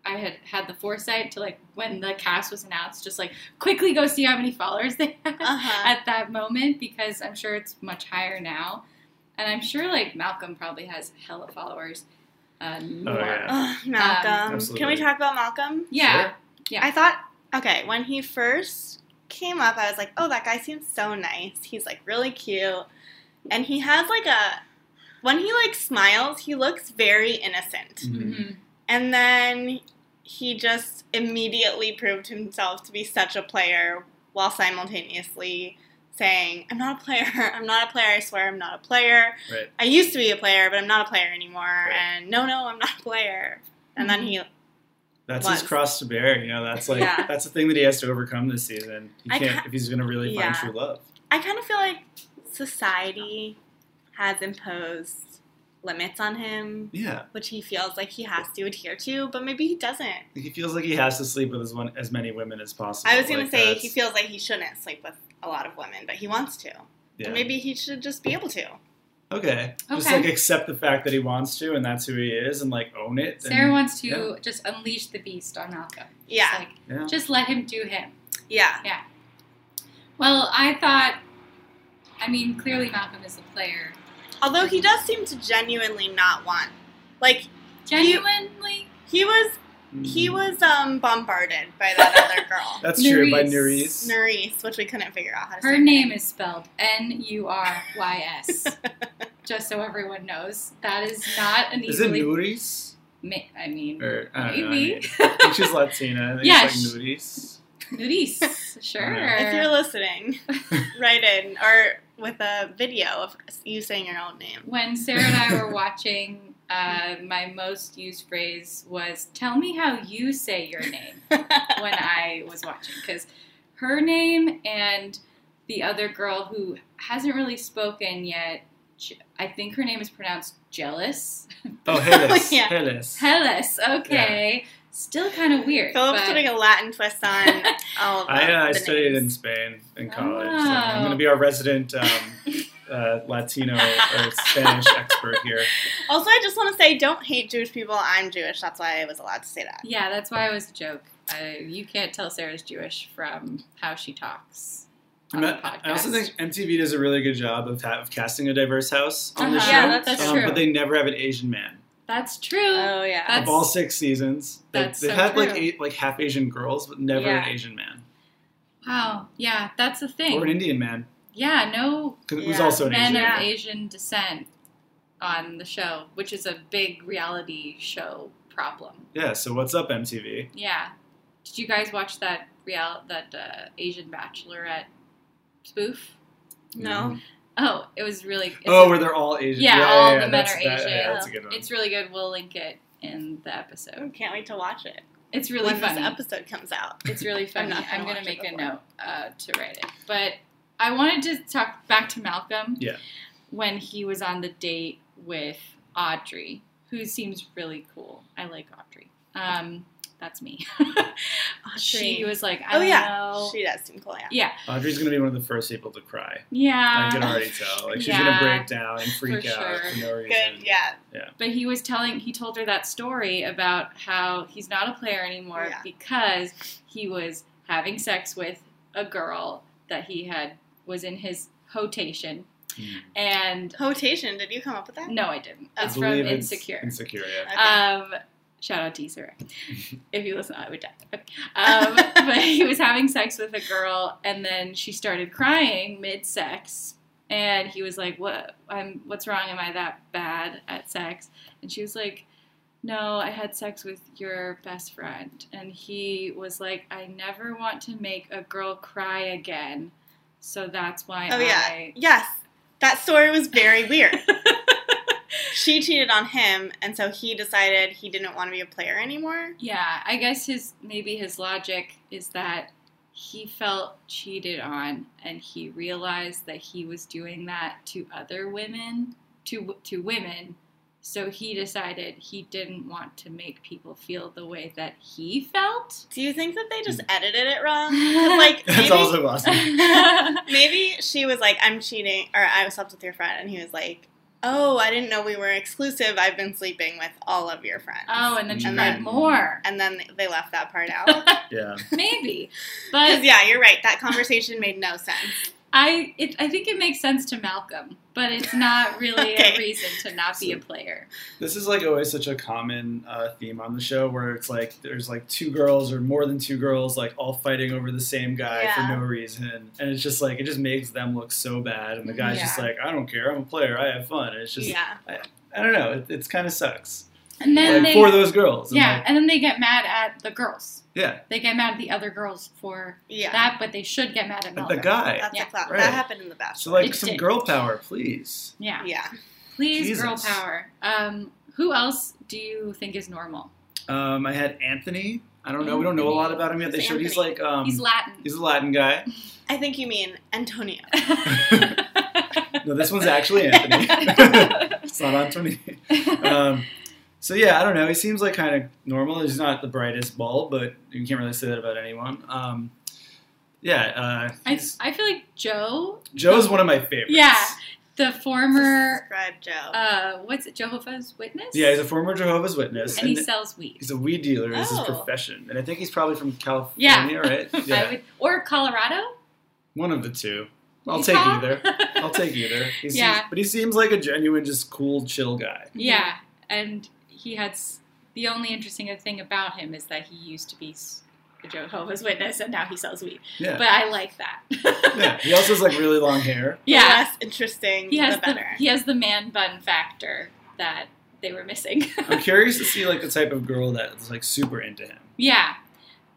S5: I had had the foresight to like when the cast was announced, just like quickly go see how many followers they had
S3: Uh-huh.
S5: at that moment because I'm sure it's much higher now, and I'm sure like Malcolm probably has hella followers. Uh, more.
S4: Oh, yeah.
S3: Ugh, Malcolm. Can we
S4: Um, Absolutely.
S3: talk about Malcolm?
S5: Yeah.
S4: Sure.
S5: Yeah.
S3: I thought, okay, when he first came up, I was like, oh, that guy seems so nice. He's like really cute. And he has like a, when he like smiles, he looks very innocent.
S4: Mm-hmm.
S5: Mhm.
S3: And then he just immediately proved himself to be such a player while simultaneously saying, I'm not a player. I'm not a player. I swear I'm not a player.
S4: Right.
S3: I used to be a player, but I'm not a player anymore.
S4: Right.
S3: And no, no, I'm not a player. And then he,
S4: That's
S3: Was.
S4: his cross to bear, you know, that's like
S3: Yeah.
S4: that's the thing that he has to overcome this season. He
S3: I
S4: can't
S3: ca-
S4: if he's gonna really
S3: Yeah.
S4: find true love.
S3: I kind of feel like society has imposed limits on him,
S4: Yeah.
S3: which he feels like he has to adhere to, but maybe he doesn't.
S4: He feels like he has to sleep with as one as many women as possible.
S3: I was going
S4: Like,
S3: to say
S4: that's-
S3: he feels like he shouldn't sleep with a lot of women, but he wants to.
S4: yeah.
S3: Maybe he should just be able to.
S4: Okay. Just
S5: Okay.
S4: like accept the fact that he wants to and that's who he is and like own it. and-
S5: Sarah wants to
S4: yeah.
S5: just unleash the beast on Malcolm. She's
S3: Yeah.
S5: like,
S4: yeah.
S5: just let him do him.
S3: Yeah.
S5: Well, I thought, I mean, clearly Malcolm is a player.
S3: Although he does seem to genuinely not want. Like
S5: Genuinely,
S3: he was he
S4: Mhm.
S3: was um bombarded by that other girl.
S4: That's true by
S5: Nerys.
S4: Nerys.
S3: Nurice, which we couldn't figure out how to
S5: her
S3: say.
S5: name is spelled N U R Y S. Just so everyone knows, that is not an
S4: Is it Er.
S5: easily
S4: Nerys?
S5: Ma- I mean,
S4: Or, I don't know, I mean,
S5: maybe.
S4: I think she's Latina. I think
S5: Yeah,
S4: it's
S5: sh-
S4: like Moody's.
S5: Nudies, sure.
S3: If you're listening, write in or with a video of you saying your own name.
S5: when Sarah and I were watching, uh, my most used phrase was "Tell me how you say your name." when I was watching because her name and the other girl who hasn't really spoken yet, Je- I think her name is pronounced Jealous.
S4: Oh, Helis.
S3: Yeah.
S4: Helis.
S5: Hellas. Okay, still kind of weird.
S3: Philip's
S5: but-
S3: putting a Latin twist on all of
S4: I, uh, I
S3: the
S4: studied in
S3: names.
S4: Spain in college. So
S5: Oh.
S4: I'm going to be our resident um, uh, Latino or Spanish expert here.
S3: Also, I just want to say, don't hate Jewish people. I'm Jewish. That's why I was allowed to say that.
S5: yeah, that's why it was a joke. Uh, you can't tell Sarah's Jewish from how she talks.
S4: I
S5: On the
S4: mean, I
S5: podcast.
S4: I also think MTV does a really good job of, ha- of casting a diverse house on the
S5: Uh-huh.
S4: show.
S5: Yeah, that- that's
S4: um,
S5: true.
S4: But they never have an Asian man.
S5: that's true.
S3: Oh yeah.
S5: That's-
S4: of all six seasons, they,
S5: that's
S4: they've
S5: so
S4: had like
S5: true.
S4: eight, like half Asian girls, but never an
S5: Yeah.
S4: Asian man
S5: wow. Yeah, that's a thing.
S4: or an Indian man,
S5: yeah, no
S4: because it was
S3: Yeah.
S4: also an Asian
S5: men of
S4: man.
S5: Asian descent on the show, which is a big reality show problem.
S4: Yeah. So what's up, MTV?
S5: Yeah. Did you guys watch that real that uh, Asian Bachelorette spoof?
S3: no.
S5: Oh, it was really. It's
S4: Oh, where they're all Asian.
S5: yeah, all the men
S4: that's-
S5: are
S4: that-
S5: Asian.
S4: yeah, that's a good one.
S5: It's really good. We'll link it in the
S4: Mm-hmm.
S5: episode.
S3: Oh, Can't wait to watch it
S5: It's really
S3: when
S5: funny.
S3: this episode comes out.
S5: It's really funny.
S3: not gonna
S5: I'm going to
S3: watch it
S5: make a
S3: before.
S5: note uh, to write it. But I wanted to talk back to Malcolm.
S4: Yeah.
S5: When he was on the date with Audrey, who seems really cool. I like Audrey. Um, that's me. She was like, I
S3: Oh,
S5: don't
S3: yeah.
S5: know.
S3: She does seem cool. Yeah.
S5: yeah.
S4: Audrey's gonna be one of the first people to cry. I can
S5: Yeah.
S4: already tell. Like she's
S5: Yeah.
S4: gonna break down and freak
S5: For
S4: out
S5: sure.
S4: for no reason.
S3: Good. Yeah.
S5: But he was telling, he told her that story about how he's not a player anymore
S3: Yeah.
S5: because he was having sex with a girl that he had was in his hotation,
S4: Mm.
S5: and
S3: Potation. Did you come up with that?
S5: no, I didn't.
S3: I
S4: I
S5: It's from
S4: believe it's
S5: Insecure.
S4: Insecure. Yeah.
S3: Okay.
S5: Um, shout out to Issa Rae. if you listen, I would die. Okay. Um, but he was having sex with a girl, and then she started crying mid-sex, and he was like, "What? I'm what's wrong? Am I that bad at sex?" And she was like. No, I had sex with your best friend. And he was like, I never want to make a girl cry again. So that's why
S3: Oh, yeah.
S5: I.
S3: Yes. That story was very weird. she cheated on him, and so he decided he didn't want to be a player anymore.
S5: Yeah, I guess his maybe his logic is that he felt cheated on and he realized that he was doing that to other women, to to women. So he decided he didn't want to make people feel the way that he felt.
S3: Do you think that they
S5: Hmm.
S3: just edited it wrong? 'Cause, Like
S4: That's
S3: maybe,
S4: also possible.
S3: maybe she was like, "I'm cheating," or "I slept with your friend," and he was like, "Oh, I didn't know we were exclusive. I've been sleeping with all of your friends."
S5: oh, and then she
S3: And
S5: cried
S3: then-
S5: more.
S3: and then they left that part out.
S4: Yeah.
S5: Maybe.
S3: Because
S5: But
S3: yeah, you're right. That conversation made no sense.
S5: I it, I think it makes sense to Malcolm, but it's not really
S3: Okay.
S5: a reason to not be a player.
S4: This is like always such a common uh, theme on the show where it's like there's like two girls or more than two girls like all fighting over the same guy
S3: Yeah.
S4: for no reason, and it's just like it just makes them look so bad, and the guy's just
S3: Yeah.
S4: like, I don't care, I'm a player, I have fun. And it's just
S3: yeah,
S4: I don't know, it, it's kind of sucks
S5: And then
S4: like,
S5: they
S4: for those girls. I'm
S5: Yeah,
S4: like,
S5: and then they get mad at the girls.
S4: yeah,
S5: They get mad at the other girls for
S3: yeah.
S5: that, but they should get mad at
S4: at
S5: Melvin.
S4: the guy.
S3: That's
S5: Yeah,
S3: a clown.
S4: right.
S3: That happened in the Bachelor.
S4: So like
S5: It
S4: some
S5: did.
S4: girl power, please.
S5: Yeah.
S3: yeah,
S5: Please,
S4: Jesus.
S5: girl power. Um, who else do you think is normal?
S4: Um, I had Anthony. I don't know. We don't know a lot about him yet. They
S3: Who's
S4: showed he's
S3: Anthony?
S4: like um,
S5: He's Latin.
S4: he's a Latin guy.
S3: I think you mean Antonio.
S4: No, this one's actually Anthony. it's not Anthony. Um, so yeah, I don't know. He seems like kind of normal. He's not the brightest bulb, but you can't really say that about anyone. Um, yeah, uh,
S5: I,
S4: he's-
S5: I feel like Joe,
S4: Joe's one of my favorites.
S5: Yeah. the former,
S3: Subscribe, Joe.
S5: uh, what's it, Jehovah's Witness?
S4: yeah, he's a former Jehovah's Witness,
S5: and he
S4: and
S5: sells weed.
S4: he's a weed dealer. Is his
S3: Oh.
S4: profession, and I think he's probably from California,
S5: Yeah.
S4: right?
S5: I
S4: Yeah,
S5: would, or Colorado?
S4: one of the two. I'll take
S5: Utah?
S4: either. I'll take either. He seems-
S5: Yeah.
S4: but he seems like a genuine, just cool, chill guy.
S5: Yeah, and he had s- the only interesting thing about him is that he used to be s- a Jehovah's Witness and now he sells weed.
S4: Yeah,
S5: But I like that.
S4: yeah. He also has like really long hair.
S3: The
S5: yeah,
S3: less interesting,
S5: he has
S3: the
S5: the,
S3: better.
S5: he has the man bun factor that they were missing.
S4: I'm curious to see like the type of girl that's like super into him. Oh,
S5: yeah,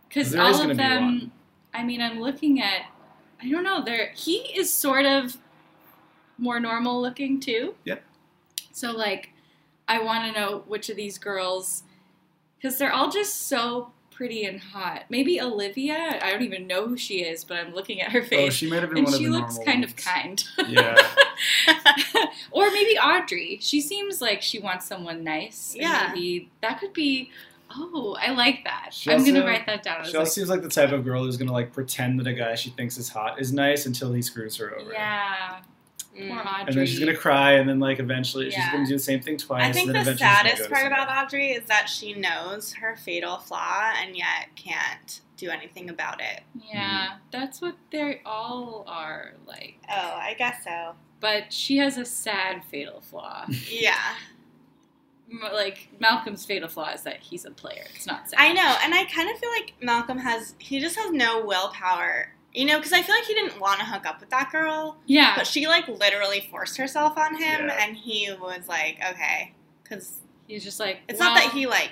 S5: because
S4: There is
S5: all
S4: gonna
S5: of
S4: be
S5: them.
S4: one.
S5: I mean, I'm looking at. I don't know. There, he is sort of more normal looking too.
S4: Yep.
S5: So like, I want to know which of these girls, because they're all just so pretty and hot. Maybe Olivia. I don't even know who she is, but I'm looking at her
S4: Oh,
S5: face.
S4: she might have been
S5: and
S4: one
S5: she
S4: of the
S5: looks
S4: normal
S5: kind of
S4: ones.
S5: kind.
S4: Yeah,
S5: or maybe Audrey. She seems like she wants someone nice. and
S3: Yeah.
S5: Maybe that could be. Oh, I like that.
S4: She
S5: I'm gonna
S4: also-
S5: write that down. I was
S4: she also seems like the type of girl who's gonna like pretend that a guy she thinks is hot is nice until he screws her
S5: like,
S4: over.
S5: yeah,
S3: Mm.
S5: poor Audrey.
S4: And then she's gonna cry, and then like eventually she's
S5: Yeah.
S4: gonna do the same thing twice.
S3: I think
S4: and then
S3: the
S4: eventually she's gonna
S3: saddest
S4: go to
S3: part about
S4: somebody.
S3: Audrey is that she knows her fatal flaw and yet can't do anything about it.
S5: yeah, that's what they all are like.
S3: Oh, I guess so.
S5: But she has a sad fatal flaw.
S3: Yeah.
S5: M- like Malcolm's fatal flaw is that he's a player. It's not sad.
S3: I know, and I kind of feel like Malcolm has he just has no willpower. You know, because I feel like he didn't want to hook up with that girl,
S5: Yeah.
S3: but she like literally forced herself on him,
S4: Yeah.
S3: and he was like, okay, because
S5: He's just like
S3: it's not that
S5: well,
S3: he like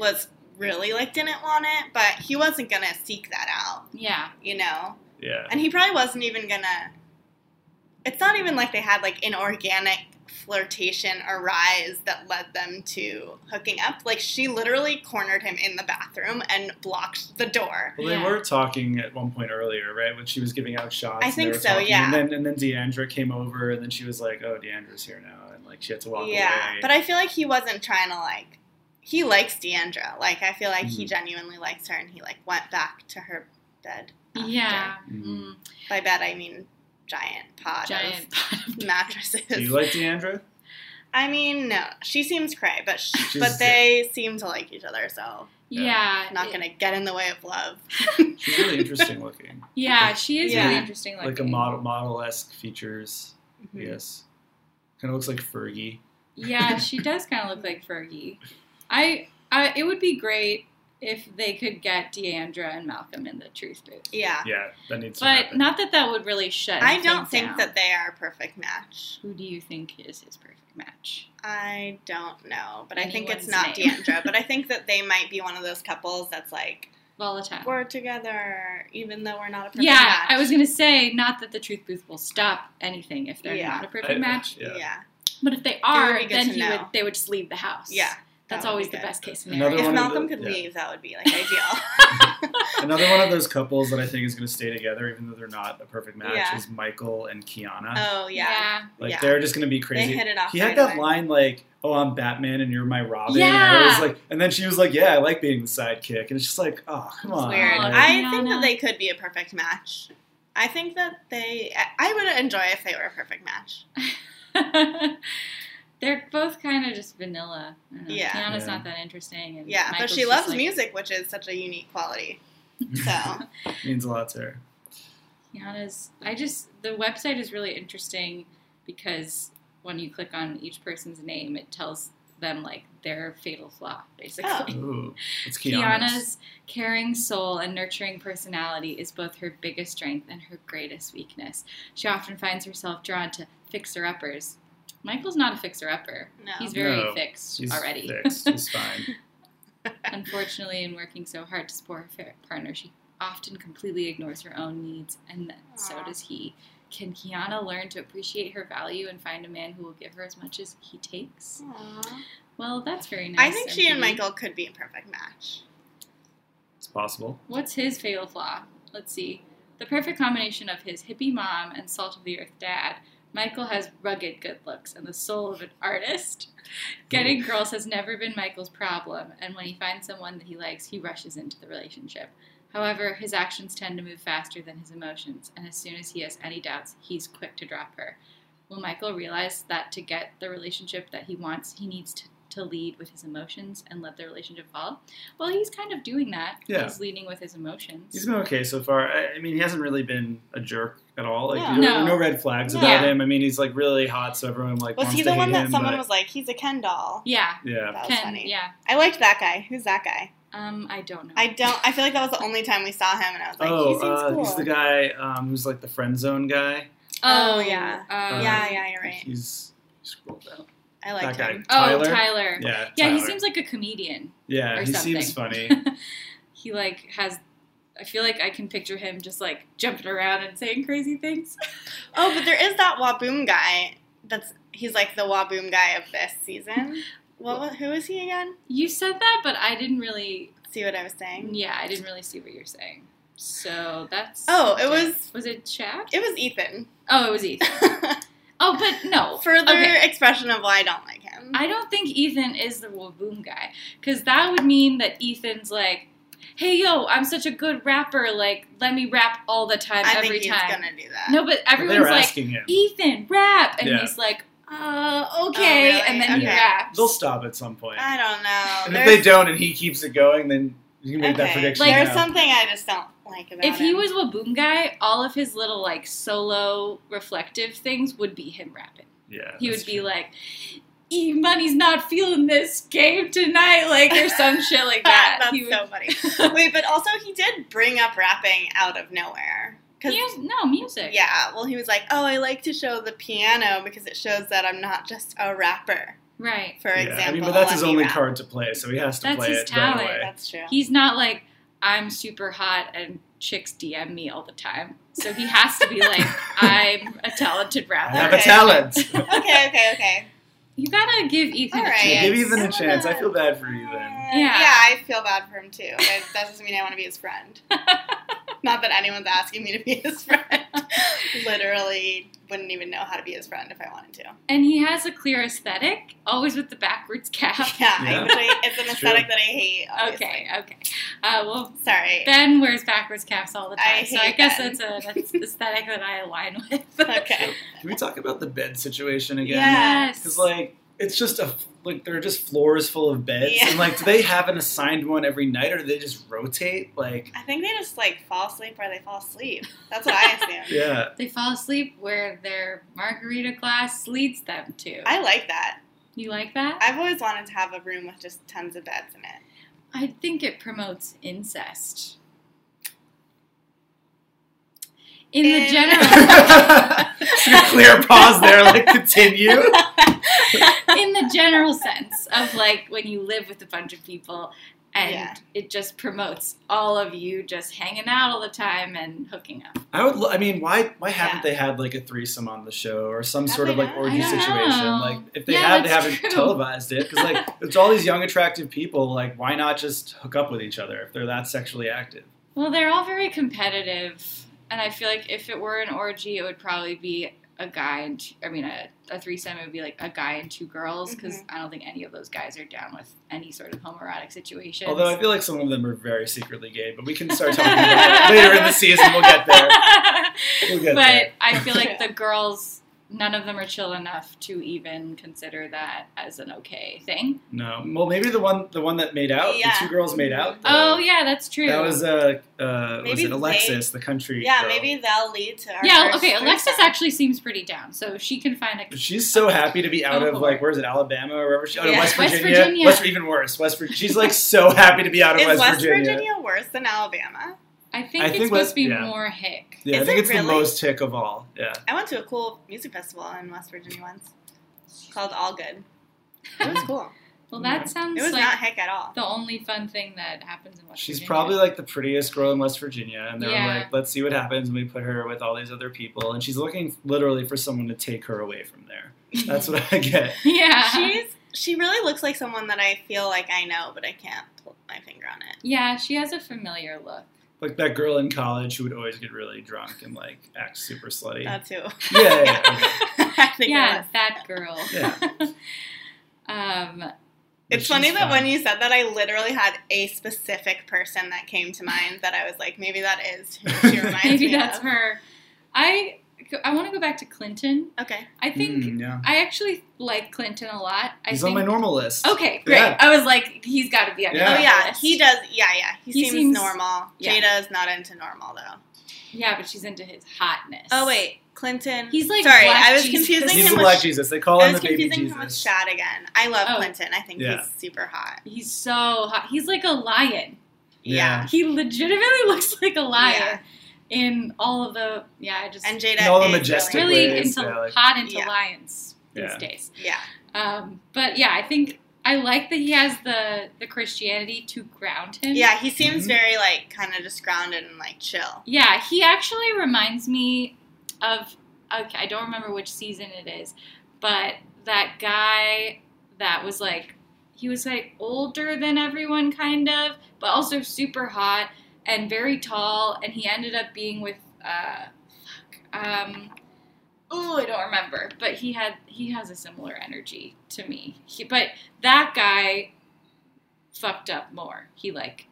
S3: was really like didn't want it, but he wasn't gonna seek that out,
S5: Yeah.
S3: you know.
S4: yeah.
S3: And he probably wasn't even gonna. It's not even like they had like an organic flirtation arise that led them to hooking up. Like she literally cornered him in the bathroom and blocked the door.
S4: Well, they
S5: Yeah.
S4: were talking at one point earlier, right? When she was giving out shots.
S3: I
S4: and they
S3: think
S4: were
S3: so,
S4: talking,
S3: yeah.
S4: And then and then Deandra came over, and then she was like, "Oh, Deandra's here now," and like she had to walk
S3: yeah,
S4: away.
S3: but I feel like he wasn't trying to like. He likes Deandra. Like I feel like he
S4: Mm-hmm.
S3: genuinely likes her, and he like went back to her bed. after.
S5: Yeah.
S4: Mhm.
S5: Mm.
S3: By bed I mean giant pod
S5: Giant.
S3: of mattresses.
S4: Do you like Deandra?
S3: I mean, no, she seems cray, but sh-
S4: She's
S3: but they seem to like each other, so
S5: Yeah.
S3: not
S5: it-
S3: gonna get in the way of love.
S4: She's really interesting looking,
S5: Yeah, she is
S3: Yeah.
S5: really interesting. Like,
S4: like a model model esque features.
S3: Hmm.
S4: Yes, kind of looks like Fergie.
S5: Yeah, she does kind of look like Fergie. I, I, it would be great if they could get Deandra and Malcolm in the truth booth.
S3: Yeah,
S4: Yeah, that needs to
S5: But
S4: happen.
S5: not that that would really shut.
S3: I don't think
S5: anything down.
S3: that they are a perfect match.
S5: Who do you think is his perfect match?
S3: I don't know, but I think it's not
S5: Anyone's name.
S3: Deandra. but I think that they might be one of those couples that's like
S5: Volatile.
S3: we're together even though we're not a perfect
S5: yeah,
S3: match.
S5: I was gonna say not that the truth booth will stop anything if they're
S3: Yeah.
S5: not a perfect
S4: I-
S5: match,
S4: yeah.
S3: yeah,
S5: but if they
S3: would
S5: are,
S3: be good
S5: then
S3: to
S5: he
S3: know.
S5: would they would just leave the house.
S3: yeah.
S5: that's
S3: that would
S5: always
S3: be
S5: the
S3: good.
S5: best case
S4: Another
S5: scenario.
S3: If
S4: one of
S3: Malcolm
S4: the-
S3: could
S4: yeah.
S3: leave, that would be like ideal.
S4: Another one of those couples that I think is going to stay together, even though they're not a perfect match,
S3: Yeah.
S4: is Michael and Kiana.
S3: oh yeah.
S5: yeah.
S4: Like
S3: Yeah.
S4: they're just gonna be crazy.
S3: hit it off
S4: He
S3: right
S4: had that
S3: away.
S4: line like, "Oh, I'm Batman and you're my Robin."
S5: Yeah.
S4: And I was like, and then she was like, "Yeah, I like being the sidekick." And it's just like, oh, come
S5: That's
S4: on.
S3: Weird.
S5: Oh,
S4: Like,
S3: I think
S5: Rihanna.
S3: that they could be a perfect match. I think that they. I would enjoy if they were a perfect match.
S5: They're both kind of just vanilla. I don't know.
S3: Yeah.
S4: Yeah.
S5: Tiana's not that interesting. And
S3: Yeah, but
S5: Michael's
S3: she
S5: just
S3: loves
S5: like-
S3: music, which is such a unique quality. So
S4: means a lot to her.
S5: Tiana's. I just the website is really interesting because when you click on each person's name, it tells them like their fatal flaw, basically.
S4: Ooh, it's Oh. Kiana's.
S5: Kiana's caring soul and nurturing personality is both her biggest strength and her greatest weakness. She often finds herself drawn to fixer uppers. Michael's not a fixer upper.
S3: no,
S5: He's very
S4: No,
S5: fixed
S4: She's
S5: already.
S4: fixed. She's fine.
S5: Unfortunately, in working so hard to support her fa- partner, she often completely ignores her own needs, and then so
S3: Aw.
S5: does he. Can Kiana learn to appreciate her value and find a man who will give her as much as he takes?
S3: Aw.
S5: Well, that's very nice.
S3: Mm. I think she and
S5: MTV.
S3: Michael could be a perfect match.
S4: It's possible.
S5: What's his fatal flaw? Let's see. The perfect combination of his hippie mom and salt of the earth dad, Michael has rugged good looks and the soul of an artist. Getting girls has never been Michael's problem, and when he finds someone that he likes, he rushes into the relationship. However, his actions tend to move faster than his emotions, and as soon as he has any doubts, he's quick to drop her. Will Michael realize that to get the relationship that he wants, he needs to, to lead with his emotions and let the relationship fall? Well, he's kind of doing that.
S4: Yeah.
S5: He's leading with his emotions.
S4: He's been okay so far. I, I mean, he hasn't really been a jerk at all. Like
S3: No.
S4: there were
S5: No.
S4: no red flags
S5: No.
S4: about
S5: Yeah.
S4: him. I mean, he's like really hot, so everyone like
S3: Was
S4: wants
S3: he
S4: to
S3: the one
S4: hate
S3: that
S4: him,
S3: someone
S4: but-
S3: was like, "He's a Ken doll"?
S5: yeah.
S4: Yeah.
S3: That was
S5: Ken,
S3: funny.
S5: yeah.
S3: I liked that guy. Who's that guy?
S5: Um, I don't know.
S3: I don't. I feel like that was the only time we saw him, and I was like,
S4: oh,
S3: "He seems
S4: uh,
S3: cool."
S4: he's the guy um, who's like the friend zone guy.
S3: Oh, yeah.
S5: um,
S3: yeah, yeah, you're right.
S4: He's, he's scrolled down.
S3: I I liked
S4: That guy.
S3: him.
S5: Oh,
S4: Tyler?
S5: Tyler.
S4: Yeah,
S5: Yeah, he
S4: Tyler.
S5: seems like a comedian.
S4: Yeah,
S5: or
S4: he
S5: something.
S4: seems funny.
S5: he like has. I feel like I can picture him just like jumping around and saying crazy things.
S3: Oh, but there is that Waboom guy. That's he's like the Waboom guy of this season. What? wa- Who is he again?
S5: You said that, but I didn't really.
S3: See what I was saying?
S5: Yeah, I didn't really see what you're saying. So that's.
S3: Oh, it was-
S5: Was it Chad?
S3: It was E Ethan.
S5: Oh, it was Ethan. Oh, but no.
S3: Further
S5: Okay.
S3: expression of why I don't like him.
S5: I don't think Ethan is the Waboom guy because that would mean that Ethan's like, "Hey, yo, I'm such a good rapper. Like, let me rap all the time,
S3: I
S5: every
S3: think he's
S5: time."
S3: gonna do that.
S5: No, but
S4: they were
S5: everyone's like,
S4: asking him.
S5: "Ethan, rap," and
S4: Yeah.
S5: he's like, "Uh,
S3: Oh,
S5: okay,"
S3: really?
S5: and then he
S3: Okay.
S5: raps.
S4: They'll stop at some point.
S3: I don't know.
S4: And if
S3: There's-
S4: they don't, and he keeps it going, then you can make that
S3: okay.
S4: prediction.
S5: Like-
S3: there's
S4: now.
S3: something I just don't like about him.
S5: If he was Waboom guy, all of his little like solo reflective things would be him rapping.
S4: yeah,
S5: He
S4: that's
S5: would be like, "E money's not feeling this game tonight," like or some shit like that.
S3: that's
S5: he would
S3: so funny. Wait, but also he did bring up rapping out of nowhere. 'Cause-
S5: Mus- no music.
S3: yeah, well, he was like, "Oh, I like to show the piano because it shows that I'm not just a rapper."
S5: Right.
S3: For
S4: Yeah,
S3: example,
S4: I mean, but that's
S3: let
S4: his
S3: me
S4: only
S3: rap.
S4: card to play, so he has to
S5: That's
S4: play
S5: his
S4: it
S5: talent.
S4: right away.
S3: That's true.
S5: He's not like I'm super hot and chicks DM me all the time. So he has to be like I'm a talented
S4: I
S5: rapper.
S4: have a
S3: Okay.
S4: talent.
S3: okay, okay, okay.
S5: You gotta give Ethan
S3: All
S5: a
S3: right.
S5: chance.
S4: Give Ethan a
S3: Yes.
S4: chance. I feel bad for Ethan.
S3: Yeah.
S5: Yeah.
S3: yeah, I feel bad for him too. But that doesn't mean I want to be his friend. Not that anyone's asking me to be his friend. Literally, wouldn't even know how to be his friend if I wanted to.
S5: and he has a clear aesthetic, always with the backwards cap.
S3: Yeah,
S4: Yeah.
S3: I usually, it's an
S4: It's
S3: aesthetic
S4: true.
S3: that I hate. Obviously.
S5: Okay, okay. Uh, well,
S3: Sorry.
S5: Ben wears backwards caps all the time,
S3: I
S5: so I
S3: hate
S5: guess
S3: Ben.
S5: that's a that's an aesthetic that I align with.
S3: okay.
S4: Can we talk about the bed situation again?
S3: Yes.
S4: Because like it's just a like there are just floors full of beds,
S3: Yeah.
S4: and like do they have an assigned one every night, or do they just rotate? Like
S3: I think they just like fall asleep where they fall asleep. That's what I assume.
S4: yeah,
S5: They fall asleep where their margarita glass leads them to.
S3: I like that.
S5: you like that?
S3: I've always wanted to have a room with just tons of beds in it.
S5: I think it promotes incest. In the
S3: In-
S5: general
S4: just a clear pause there. Like continue.
S5: in the general sense of like when you live with a bunch of people and
S3: Yeah.
S5: it just promotes all of you just hanging out all the time and hooking up.
S4: I would. Lo- I mean, why? Why haven't
S3: Yeah.
S4: they had like a threesome on the show or some
S3: Have
S4: sort of
S3: they
S4: like
S3: not?
S4: orgy
S5: I don't
S4: situation?
S5: know.
S4: Like, if they
S5: Yeah,
S4: have, they
S5: that's
S4: haven't
S5: true.
S4: televised it because like it's all these young, attractive people. Like, why not just hook up with each other if they're that sexually active?
S5: Well, they're all very competitive and I feel like if it were an orgy it would probably be a guy and two, I mean a, a threesome it would be like a guy and two girls because I don't think any of those guys are down with any sort of homoerotic situation.
S4: Although I feel like some of them are very secretly gay, but we can start talking about it later in the season. We'll get there. We'll get
S5: but
S4: there.
S5: I feel like the girls, none of them are chill enough to even consider that as an okay thing.
S4: No, well, maybe the one, the one that made out,
S3: Yeah.
S4: the two girls made out.
S5: Oh
S4: though.
S5: yeah, that's true.
S4: that was uh, uh was
S3: Maybe
S4: it Alexis, the country?
S3: Yeah,
S4: girl?
S3: maybe they'll lead to our
S5: yeah.
S3: first
S5: Okay, Alexis
S3: threesome.
S5: actually seems pretty down, so she can find a.
S4: She's so happy to be out of like where's it Alabama or wherever she out of
S3: Yeah.
S4: West
S5: West
S4: Virginia.
S5: Virginia.
S4: West- even worse West Virginia. She's like so happy to be out of
S3: Is
S4: West,
S3: West
S4: Virginia.
S3: Virginia. worse than Alabama?
S5: I think
S4: I
S5: it's
S4: think
S5: supposed
S4: what-
S5: to be
S4: yeah.
S5: more hick.
S4: Yeah, I
S3: Is
S4: think
S3: it
S4: it's the
S3: really?
S4: most hick of all. Yeah,
S3: I went to a cool music festival in West Virginia once called All Good. It was cool.
S5: Well, that sounds
S3: It was
S5: like
S3: not hick at all.
S5: the only fun thing that happens in West
S4: she's
S5: Virginia.
S4: probably like the prettiest girl in West Virginia, and they're
S5: Yeah.
S4: like, let's see what happens. And we put her with all these other people, and she's looking literally for someone to take her away from there. That's what I get.
S5: yeah.
S3: She's she really looks like someone that I feel like I know, but I can't put my finger on it.
S5: yeah, she has a familiar look.
S4: Like that girl in college who would always get really drunk and like act super slutty.
S3: That's who.
S4: yeah, yeah, yeah, okay.
S3: I think it
S5: yeah,
S3: was.
S5: that girl.
S4: Yeah.
S5: um,
S4: But
S3: It's funny
S4: she's
S3: that
S4: fine.
S3: when you said that, I literally had a specific person that came to mind that I was like, maybe that is who she reminds
S5: maybe
S3: me
S5: that's
S3: of.
S5: her. I I want to go back to Clinton.
S3: Okay.
S5: I think
S4: Mm, yeah.
S5: I actually like Clinton a lot. I
S4: He's
S5: think,
S4: on my normal list.
S5: Okay, great.
S4: Yeah.
S5: I was like, he's got to be on.
S4: Yeah.
S5: Your
S3: Oh yeah,
S5: list.
S3: he does. Yeah, yeah. He,
S5: He
S3: seems,
S5: seems-
S3: normal.
S5: yeah.
S3: Jada's not into normal though.
S5: Yeah, but she's into his hotness.
S3: Oh wait, Clinton.
S5: He's like
S3: sorry.
S5: Black
S3: I was
S5: Jesus.
S3: confusing
S4: He's
S3: him
S4: the
S3: with.
S4: black Jesus. They call
S3: I
S4: him
S3: was
S4: the baby
S3: confusing him with
S4: Jesus.
S3: Shad again. I love
S5: Oh.
S3: Clinton. I think
S4: Yeah.
S3: he's super hot.
S5: he's so hot. He's like a lion.
S4: Yeah.
S3: Yeah.
S5: He legitimately looks like a lion
S3: Yeah.
S5: in all of the. Yeah, I just
S3: And Jada
S4: And all the
S3: is
S4: majestic
S3: really,
S5: really
S4: ways,
S5: into
S4: yeah, like-
S5: hot into
S3: Yeah.
S5: lions these
S4: Yeah.
S5: days.
S3: yeah.
S5: Um, but yeah, I think I like that he has the the Christianity to ground him.
S3: Yeah, he seems
S4: Mhm.
S3: very like kind of just grounded and like chill.
S5: Yeah, he actually reminds me of okay, I don't remember which season it is, but that guy that was like he was like older than everyone kind of, but also super hot and very tall and he ended up being with uh fuck, um Oh, I don't remember, but he had he has a similar energy to me. He, but that guy fucked up more. He like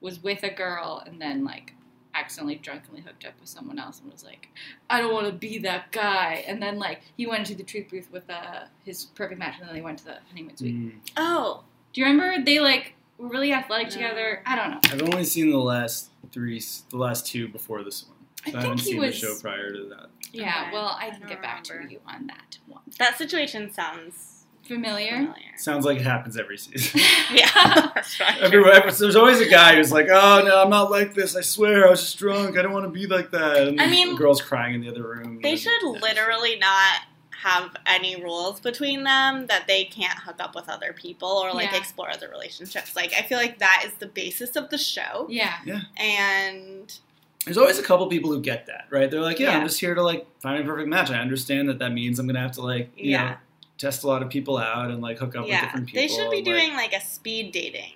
S5: was with a girl and then like accidentally drunkenly hooked up with someone else and was like, I don't want to be that guy. And then like he went into the truth booth with uh, his perfect match, and then they went to the honeymoon suite.
S4: Mm.
S3: Oh,
S5: Do you remember they like were really athletic
S3: No.
S5: together? I don't know.
S4: I've only seen the last three, the last two before this one.
S5: I
S4: So I,
S5: think
S4: haven't
S5: he
S4: seen
S5: was.
S4: the show prior to that.
S5: Yeah,
S3: Okay.
S5: well, I
S3: I
S5: can
S3: don't
S5: get back
S3: remember.
S5: to you on that one.
S3: that situation sounds
S5: Familiar?
S3: familiar.
S4: Sounds like it happens every season.
S3: Yeah, that's right.
S4: Everywhere, there's always a guy who's like, "Oh no, I'm not like this. I swear, I was just drunk. I don't want to be like that." And
S3: I mean,
S4: the girls crying in the other room.
S3: They
S4: and-
S3: should
S4: yeah.
S3: literally not have any rules between them that they can't hook up with other people or like
S5: Yeah.
S3: explore other relationships. Like I feel like that is the basis of the show.
S5: yeah.
S3: And
S4: There's always a couple people who get that, right? They're like, "Yeah,
S5: Yeah.
S4: I'm just here to like find a perfect match. I understand that that means I'm gonna have to like, you
S3: Yeah.
S4: know, test a lot of people out and like hook up with
S3: yeah,
S4: different people."
S3: they should be
S4: and,
S3: doing like a speed dating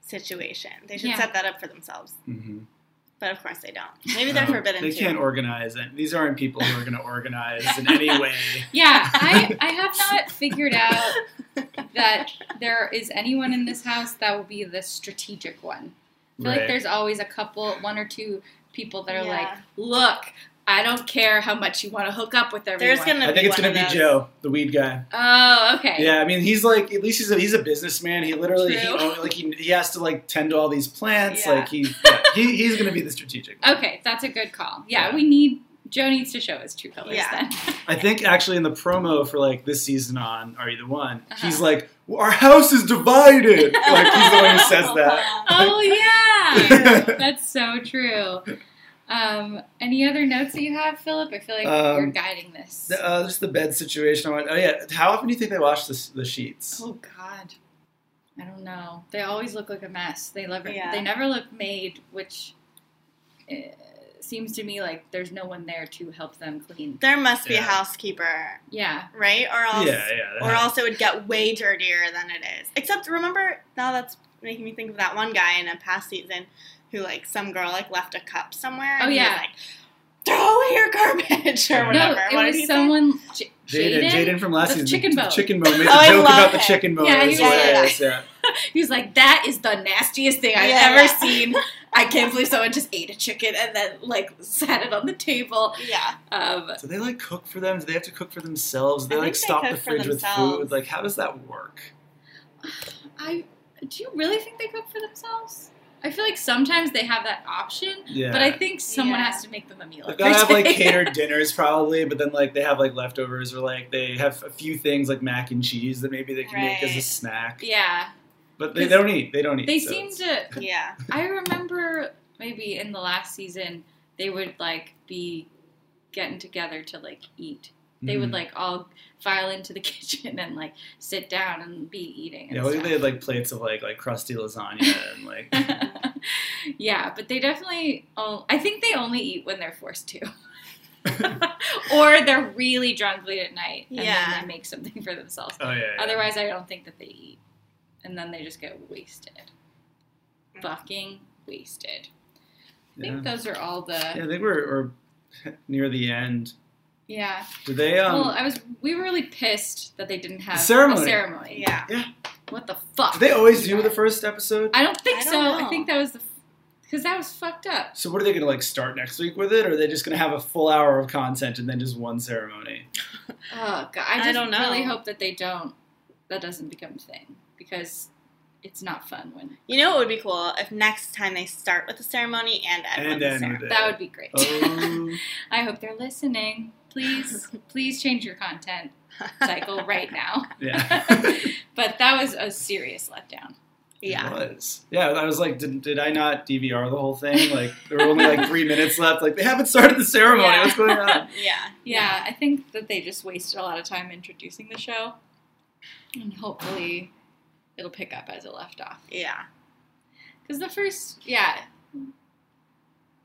S3: situation. They should
S5: Yeah.
S3: set that up for themselves.
S4: Like, mhm.
S3: But of course they don't. Maybe they're
S4: Um,
S3: forbidden
S4: They
S3: to.
S4: can't organize it. These aren't people who are going to organize in any way.
S5: Yeah, I, I have not figured out that there is anyone in this house that will be the strategic one. I feel
S4: right.
S5: like there's always a couple, one or two people that are
S3: Yeah.
S5: like, look, I don't care how much you want to hook up with everyone.
S3: There's gonna
S4: I think
S3: be
S4: it's
S3: one
S4: going to
S3: of
S4: be
S3: those.
S4: Joe, the weed guy.
S5: Oh, okay.
S4: Yeah, I mean, he's like at least he's a, he's a businessman. He literally he,
S5: True.
S4: own- like he, he has to like tend to all these plants.
S5: Yeah.
S4: Like he, yeah, he he's gonna be the strategic.
S5: Okay, that's a good call. Yeah,
S4: Yeah.
S5: we need Joe needs to show his true colors
S3: Yeah.
S5: then.
S4: I think actually in the promo for like this season on Are You the One, he's
S5: Uh-huh.
S4: like well, our house is divided. like he's the one who says that.
S5: oh yeah, that's so true. Um, any other notes that you have, Philip? I feel like
S4: Um,
S5: you're guiding this.
S4: The, uh, just the bed situation. I went, oh yeah. How often do you think they wash the the sheets?
S5: oh God, I don't know. They always look like a mess. They never
S3: Yeah.
S5: they never look made, which uh, seems to me like there's no one there to help them clean.
S3: There must be a
S4: Yeah.
S3: housekeeper,
S5: Yeah,
S3: right? Or
S4: Yeah,
S3: else
S4: yeah. that
S3: or
S4: happens.
S3: else it would get way dirtier than it is. Except remember now that's making me think of that one guy in a past season who like some girl like left a cup somewhere. And
S5: Oh,
S3: he was
S5: yeah.
S3: like throw away your garbage or
S4: No,
S3: whatever.
S5: no, it
S3: what did
S5: was
S3: he
S5: someone. J-
S4: Jaden, Jaden from last
S5: The
S4: season,
S5: chicken
S4: the
S5: bone.
S4: chicken bone made
S3: Oh,
S4: the
S3: I
S4: joke
S3: love
S4: about the
S3: it.
S4: chicken bone.
S5: Yeah, he
S4: is
S3: was like-
S4: hilarious, yeah.
S5: He's like, that is the nastiest thing I've
S3: Yeah,
S5: ever
S3: yeah.
S5: seen. I can't believe someone just ate a chicken and then like sat it on the table.
S3: say? Yeah.
S5: Um,
S4: So they like cook for them. Do they have to cook for themselves? Do they
S3: I think
S4: like
S3: they
S4: stock the
S3: cook for
S4: fridge with
S3: themselves.
S4: food. Like how does that work?
S5: I do you really think they cook for themselves? I feel like sometimes they have that option,
S4: Yeah.
S5: but I think someone
S3: Yeah.
S5: has to make them a meal.
S4: They've
S5: every
S4: gotta have like
S5: day.
S4: catered dinners probably, but then like they have like leftovers or like they have a few things like mac and cheese that maybe they can make as a
S3: Right.
S4: snack.
S5: yeah,
S4: But they
S5: 'Cause
S4: don't eat. They don't eat.
S5: they
S4: so
S5: seem
S4: it's-
S5: to.
S3: Yeah.
S5: I remember maybe in the last season they would like be getting together to like eat. They would
S4: Mhm.
S5: like all file into the kitchen and like sit down and be eating. And
S4: Yeah, well,
S5: stuff.
S4: they had like plates of like like crusty lasagna and like oh,
S5: yeah, but they definitely. Oh, I think they only eat when they're forced to, or they're really drunk late at night, and
S3: Yeah.
S5: then they make something for themselves.
S4: oh yeah. yeah.
S5: Otherwise, I don't think that they eat, and then they just get wasted, fucking wasted. I
S4: Mm. yeah.
S5: think those are all
S4: Yeah,
S5: the
S4: I think we're, we're near the end.
S5: yeah.
S4: Do they um
S5: well, I was we were really pissed that they didn't have
S4: ceremony.
S5: A ceremony.
S3: Yeah.
S5: What the fuck?
S4: do they always do the first episode?
S5: I don't think
S3: I don't
S5: so. I
S3: know.
S5: think that was the because that was fucked up.
S4: So what are they going to like start next week with it, or are they just going to have a full hour of content and then just one ceremony?
S5: Oh god, I just
S3: don't know.
S5: really hope that they don't. That doesn't become a thing because it's not fun when
S3: You know what would be cool if next time they start with the ceremony and end
S4: And
S3: with the
S4: end
S3: ceremony.
S4: with it.
S5: that would be great.
S4: Oh,
S5: I hope they're listening. Please, please change your content cycle right now.
S4: yeah.
S5: But that was a serious letdown.
S3: Yeah.
S4: It was. Yeah, I was like, did, did I not DVR the whole thing? Like, there were only like three minutes left. Like, they haven't started the ceremony.
S5: Yeah.
S4: What's going on?
S3: Yeah.
S5: Yeah, I think that they just wasted a lot of time introducing the show and hopefully it'll pick up as it left off.
S3: Yeah.
S5: Because the first, yeah,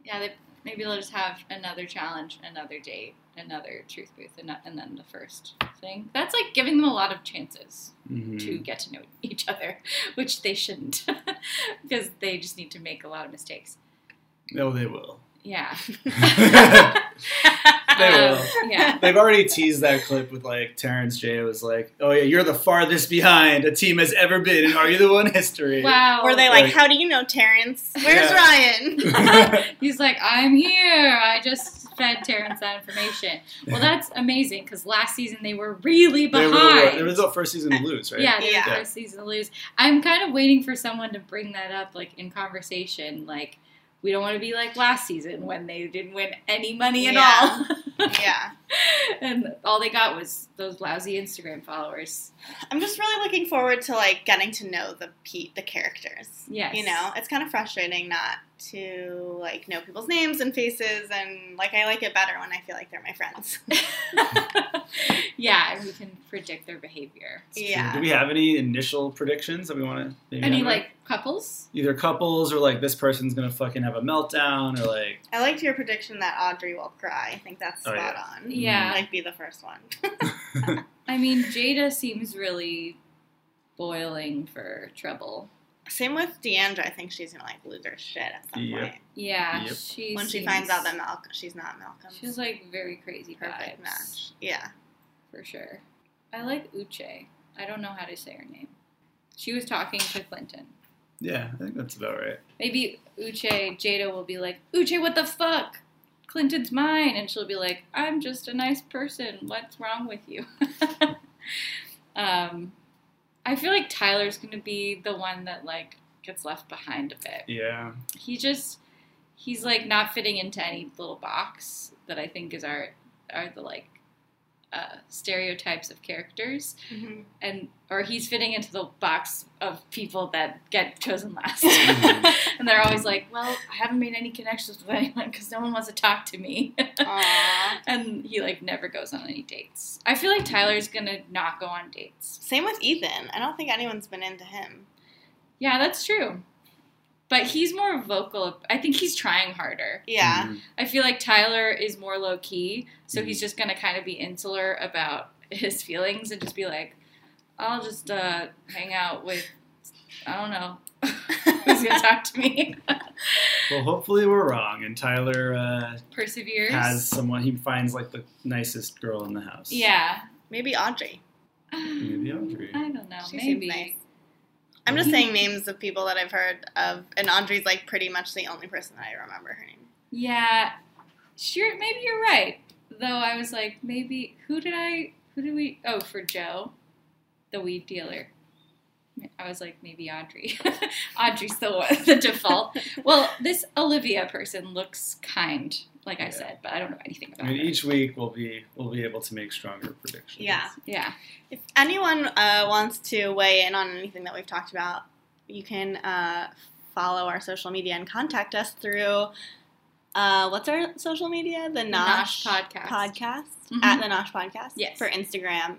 S5: yeah, they, maybe they'll just have another challenge, another date, another truth booth, and, not- and then the first thing. That's like giving them a lot of chances
S4: Mm-hmm.
S5: to get to know each other, which they shouldn't, because they just need to make a lot of mistakes.
S4: No, they will.
S5: Yeah,
S4: They will.
S5: yeah,
S4: They've already teased that clip with like Terrence J was like, "Oh yeah, you're the farthest behind a team has ever been in Are You the One history."
S5: wow.
S3: Were they like,
S4: Like-
S3: how do you know Terrence? Where's
S4: Yeah.
S3: Ryan?
S5: He's like, I'm here. I just fed Terrence that information. Well, that's amazing because last season they were really
S4: They were
S5: behind.
S4: the wor- It was the first season to lose, right?
S5: Yeah, they
S3: Yeah.
S5: were first season to lose. I'm kind of waiting for someone to bring that up, like in conversation. Like, we don't want to be like last season when they didn't win any money at
S3: Yeah.
S5: all,
S3: yeah.
S5: and all they got was those lousy Instagram followers.
S3: I'm just really looking forward to like getting to know the Pete the characters.
S5: Yes.
S3: You know, it's kind of frustrating not to like know people's names and faces and like I like it better when I feel like they're my friends.
S5: yeah, and we can predict their behavior.
S4: Do
S3: yeah.
S4: we have any initial predictions that we want to?
S5: Any like couples?
S4: either couples or like this person's gonna fucking have a meltdown or like
S3: I liked your prediction that Audrey will cry. I think that's
S4: Oh,
S3: spot
S4: yeah.
S3: on.
S5: Yeah.
S3: Like be the first one.
S5: I mean, Jada seems really boiling for trouble.
S3: Same with Deandra. I think she's gonna like lose her shit at some
S4: Yep.
S3: point
S5: Yeah,
S4: Yep.
S5: she
S3: when she
S5: seems-
S3: finds out that Malcolm she's not Malcolm.
S5: she's like very crazy.
S3: perfect
S5: vibes.
S3: match. Yeah.
S5: for sure. I like Uche. I don't know how to say her name. She was talking to Clinton.
S4: yeah, I think that's about right.
S5: Maybe Uche Jada will be like, Uche, what the fuck? Clinton's mine, and she'll be like, I'm just a nice person. What's wrong with you? um, I feel like Tyler's gonna be the one that like gets left behind a bit.
S4: Yeah,
S5: He just he's like not fitting into any little box that I think is our are the like uh, stereotypes of characters.
S3: Mhm.
S5: and or he's fitting into the box of people that get chosen last.
S4: Mhm.
S5: and they're always like, "Well, I haven't made any connections with anyone because no one wants to talk to me."
S3: Aw.
S5: and he like never goes on any dates. I feel like Tyler's gonna not go on dates.
S3: Same with Ethan. I don't think anyone's been into him.
S5: Yeah, that's true. But he's more vocal. I think he's trying harder.
S3: Yeah.
S4: Mhm.
S5: I feel like Tyler is more low key, so
S4: Mhm.
S5: he's just gonna kind of be insular about his feelings and just be like, "I'll just uh, hang out with, I don't know, who's gonna talk to me."
S4: Well, hopefully we're wrong, and Tyler uh,
S5: Perseveres.
S4: has someone he finds like the nicest girl in the house.
S5: yeah.
S3: Maybe Audrey.
S4: maybe Audrey.
S5: I don't know.
S3: She seems
S5: maybe.
S3: nice. I'm just saying names of people that I've heard of, and Audrey's like pretty much the only person that I remember her name.
S5: Yeah. Sure. Maybe you're right. Though I was like, maybe who did I? Who did we? Oh, for Joe, the weed dealer. I was like, maybe Audrey. Audrey's the one, the default. well, this Olivia person looks kind, like I
S4: Yeah.
S5: said, but I don't know anything about
S4: I mean,
S5: her.
S4: each week we'll be we'll be able to make stronger predictions.
S3: Yeah.
S5: Yeah.
S3: If anyone uh, wants to weigh in on anything that we've talked about, you can uh, follow our social media and contact us through uh, what's our social media? The Nosh,
S5: Nosh Podcast.
S3: Podcast
S5: Mhm.
S3: at the Nosh Podcast.
S5: Yes.
S3: For Instagram.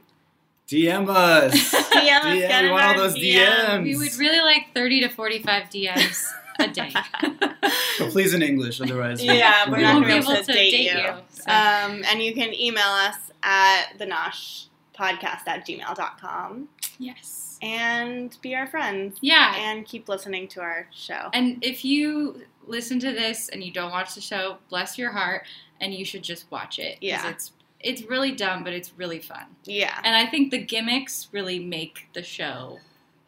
S4: DM us.
S3: DM, us,
S4: DM,
S3: get
S4: we
S3: in
S4: want
S3: our
S4: all those
S3: DMs.
S4: DMs.
S5: We would really like thirty to forty-five DMs a day.
S4: But please in English, otherwise we-
S3: Yeah, we're
S5: we
S4: we
S3: not
S4: won't
S5: won't be
S3: gonna
S4: know.
S3: be
S5: able to date, you. Uh, so-
S3: Um, and you can email us at the Nosh Podcast at gmail.com
S5: yes.
S3: and be our friends
S5: Yeah.
S3: and keep listening to our show.
S5: And if you listen to this and you don't watch the show, bless your heart, and you should just watch it. 'cause
S3: Yeah.
S5: It's it's really dumb, but it's really fun.
S3: Yeah.
S5: And I think the gimmicks really make the show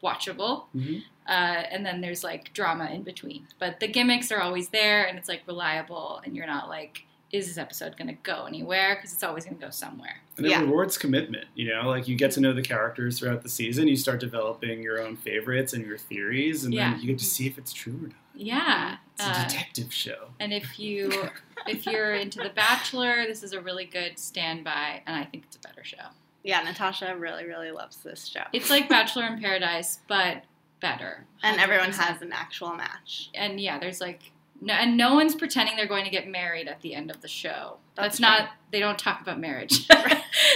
S5: watchable.
S4: Mhm.
S5: Uh, and then there's like drama in between. But the gimmicks are always there and it's like reliable and you're not like, is this episode going to go anywhere? Because it's always going to go somewhere.
S4: And it
S3: Yeah.
S4: rewards commitment, you know, like you get to know the characters throughout the season, you start developing your own favorites and your theories, and
S5: Yeah.
S4: then you get to see if it's true or not.
S5: Yeah.
S4: It's a
S5: Uh,
S4: detective show.
S5: And if you if you're into The Bachelor, this is a really good standby, and I think it's a better show.
S3: Yeah, Natasha really, really loves this show.
S5: It's like Bachelor in Paradise, but better.
S3: and everyone
S5: 100%.
S3: has an actual match.
S5: And yeah, there's like No, and no one's pretending they're going to get married at the end of the show. That's,
S3: That's
S5: not. They don't talk about marriage. they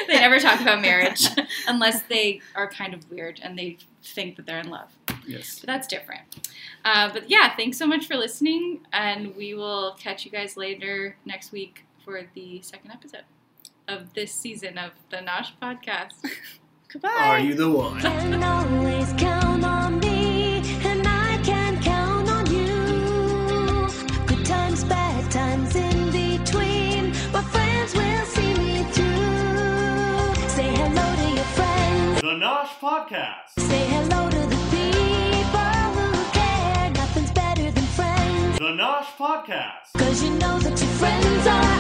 S5: never talk about marriage unless they are kind of weird and they think that they're in love.
S4: Yes.
S5: But that's different. Uh, but yeah, thanks so much for listening, and we will catch you guys later next week for the second episode of this season of the Nosh podcast.
S3: Goodbye.
S4: Oh, Are you the one?
S2: Can always count on me, and I can count on you. Good times, bad times in between. My friends will see me through. Say hello to your friends.
S1: The Nosh Podcast.
S2: Say hello to the people who care. Nothing's better than friends.
S1: The Nosh Podcast.
S2: Cause you know that your friends are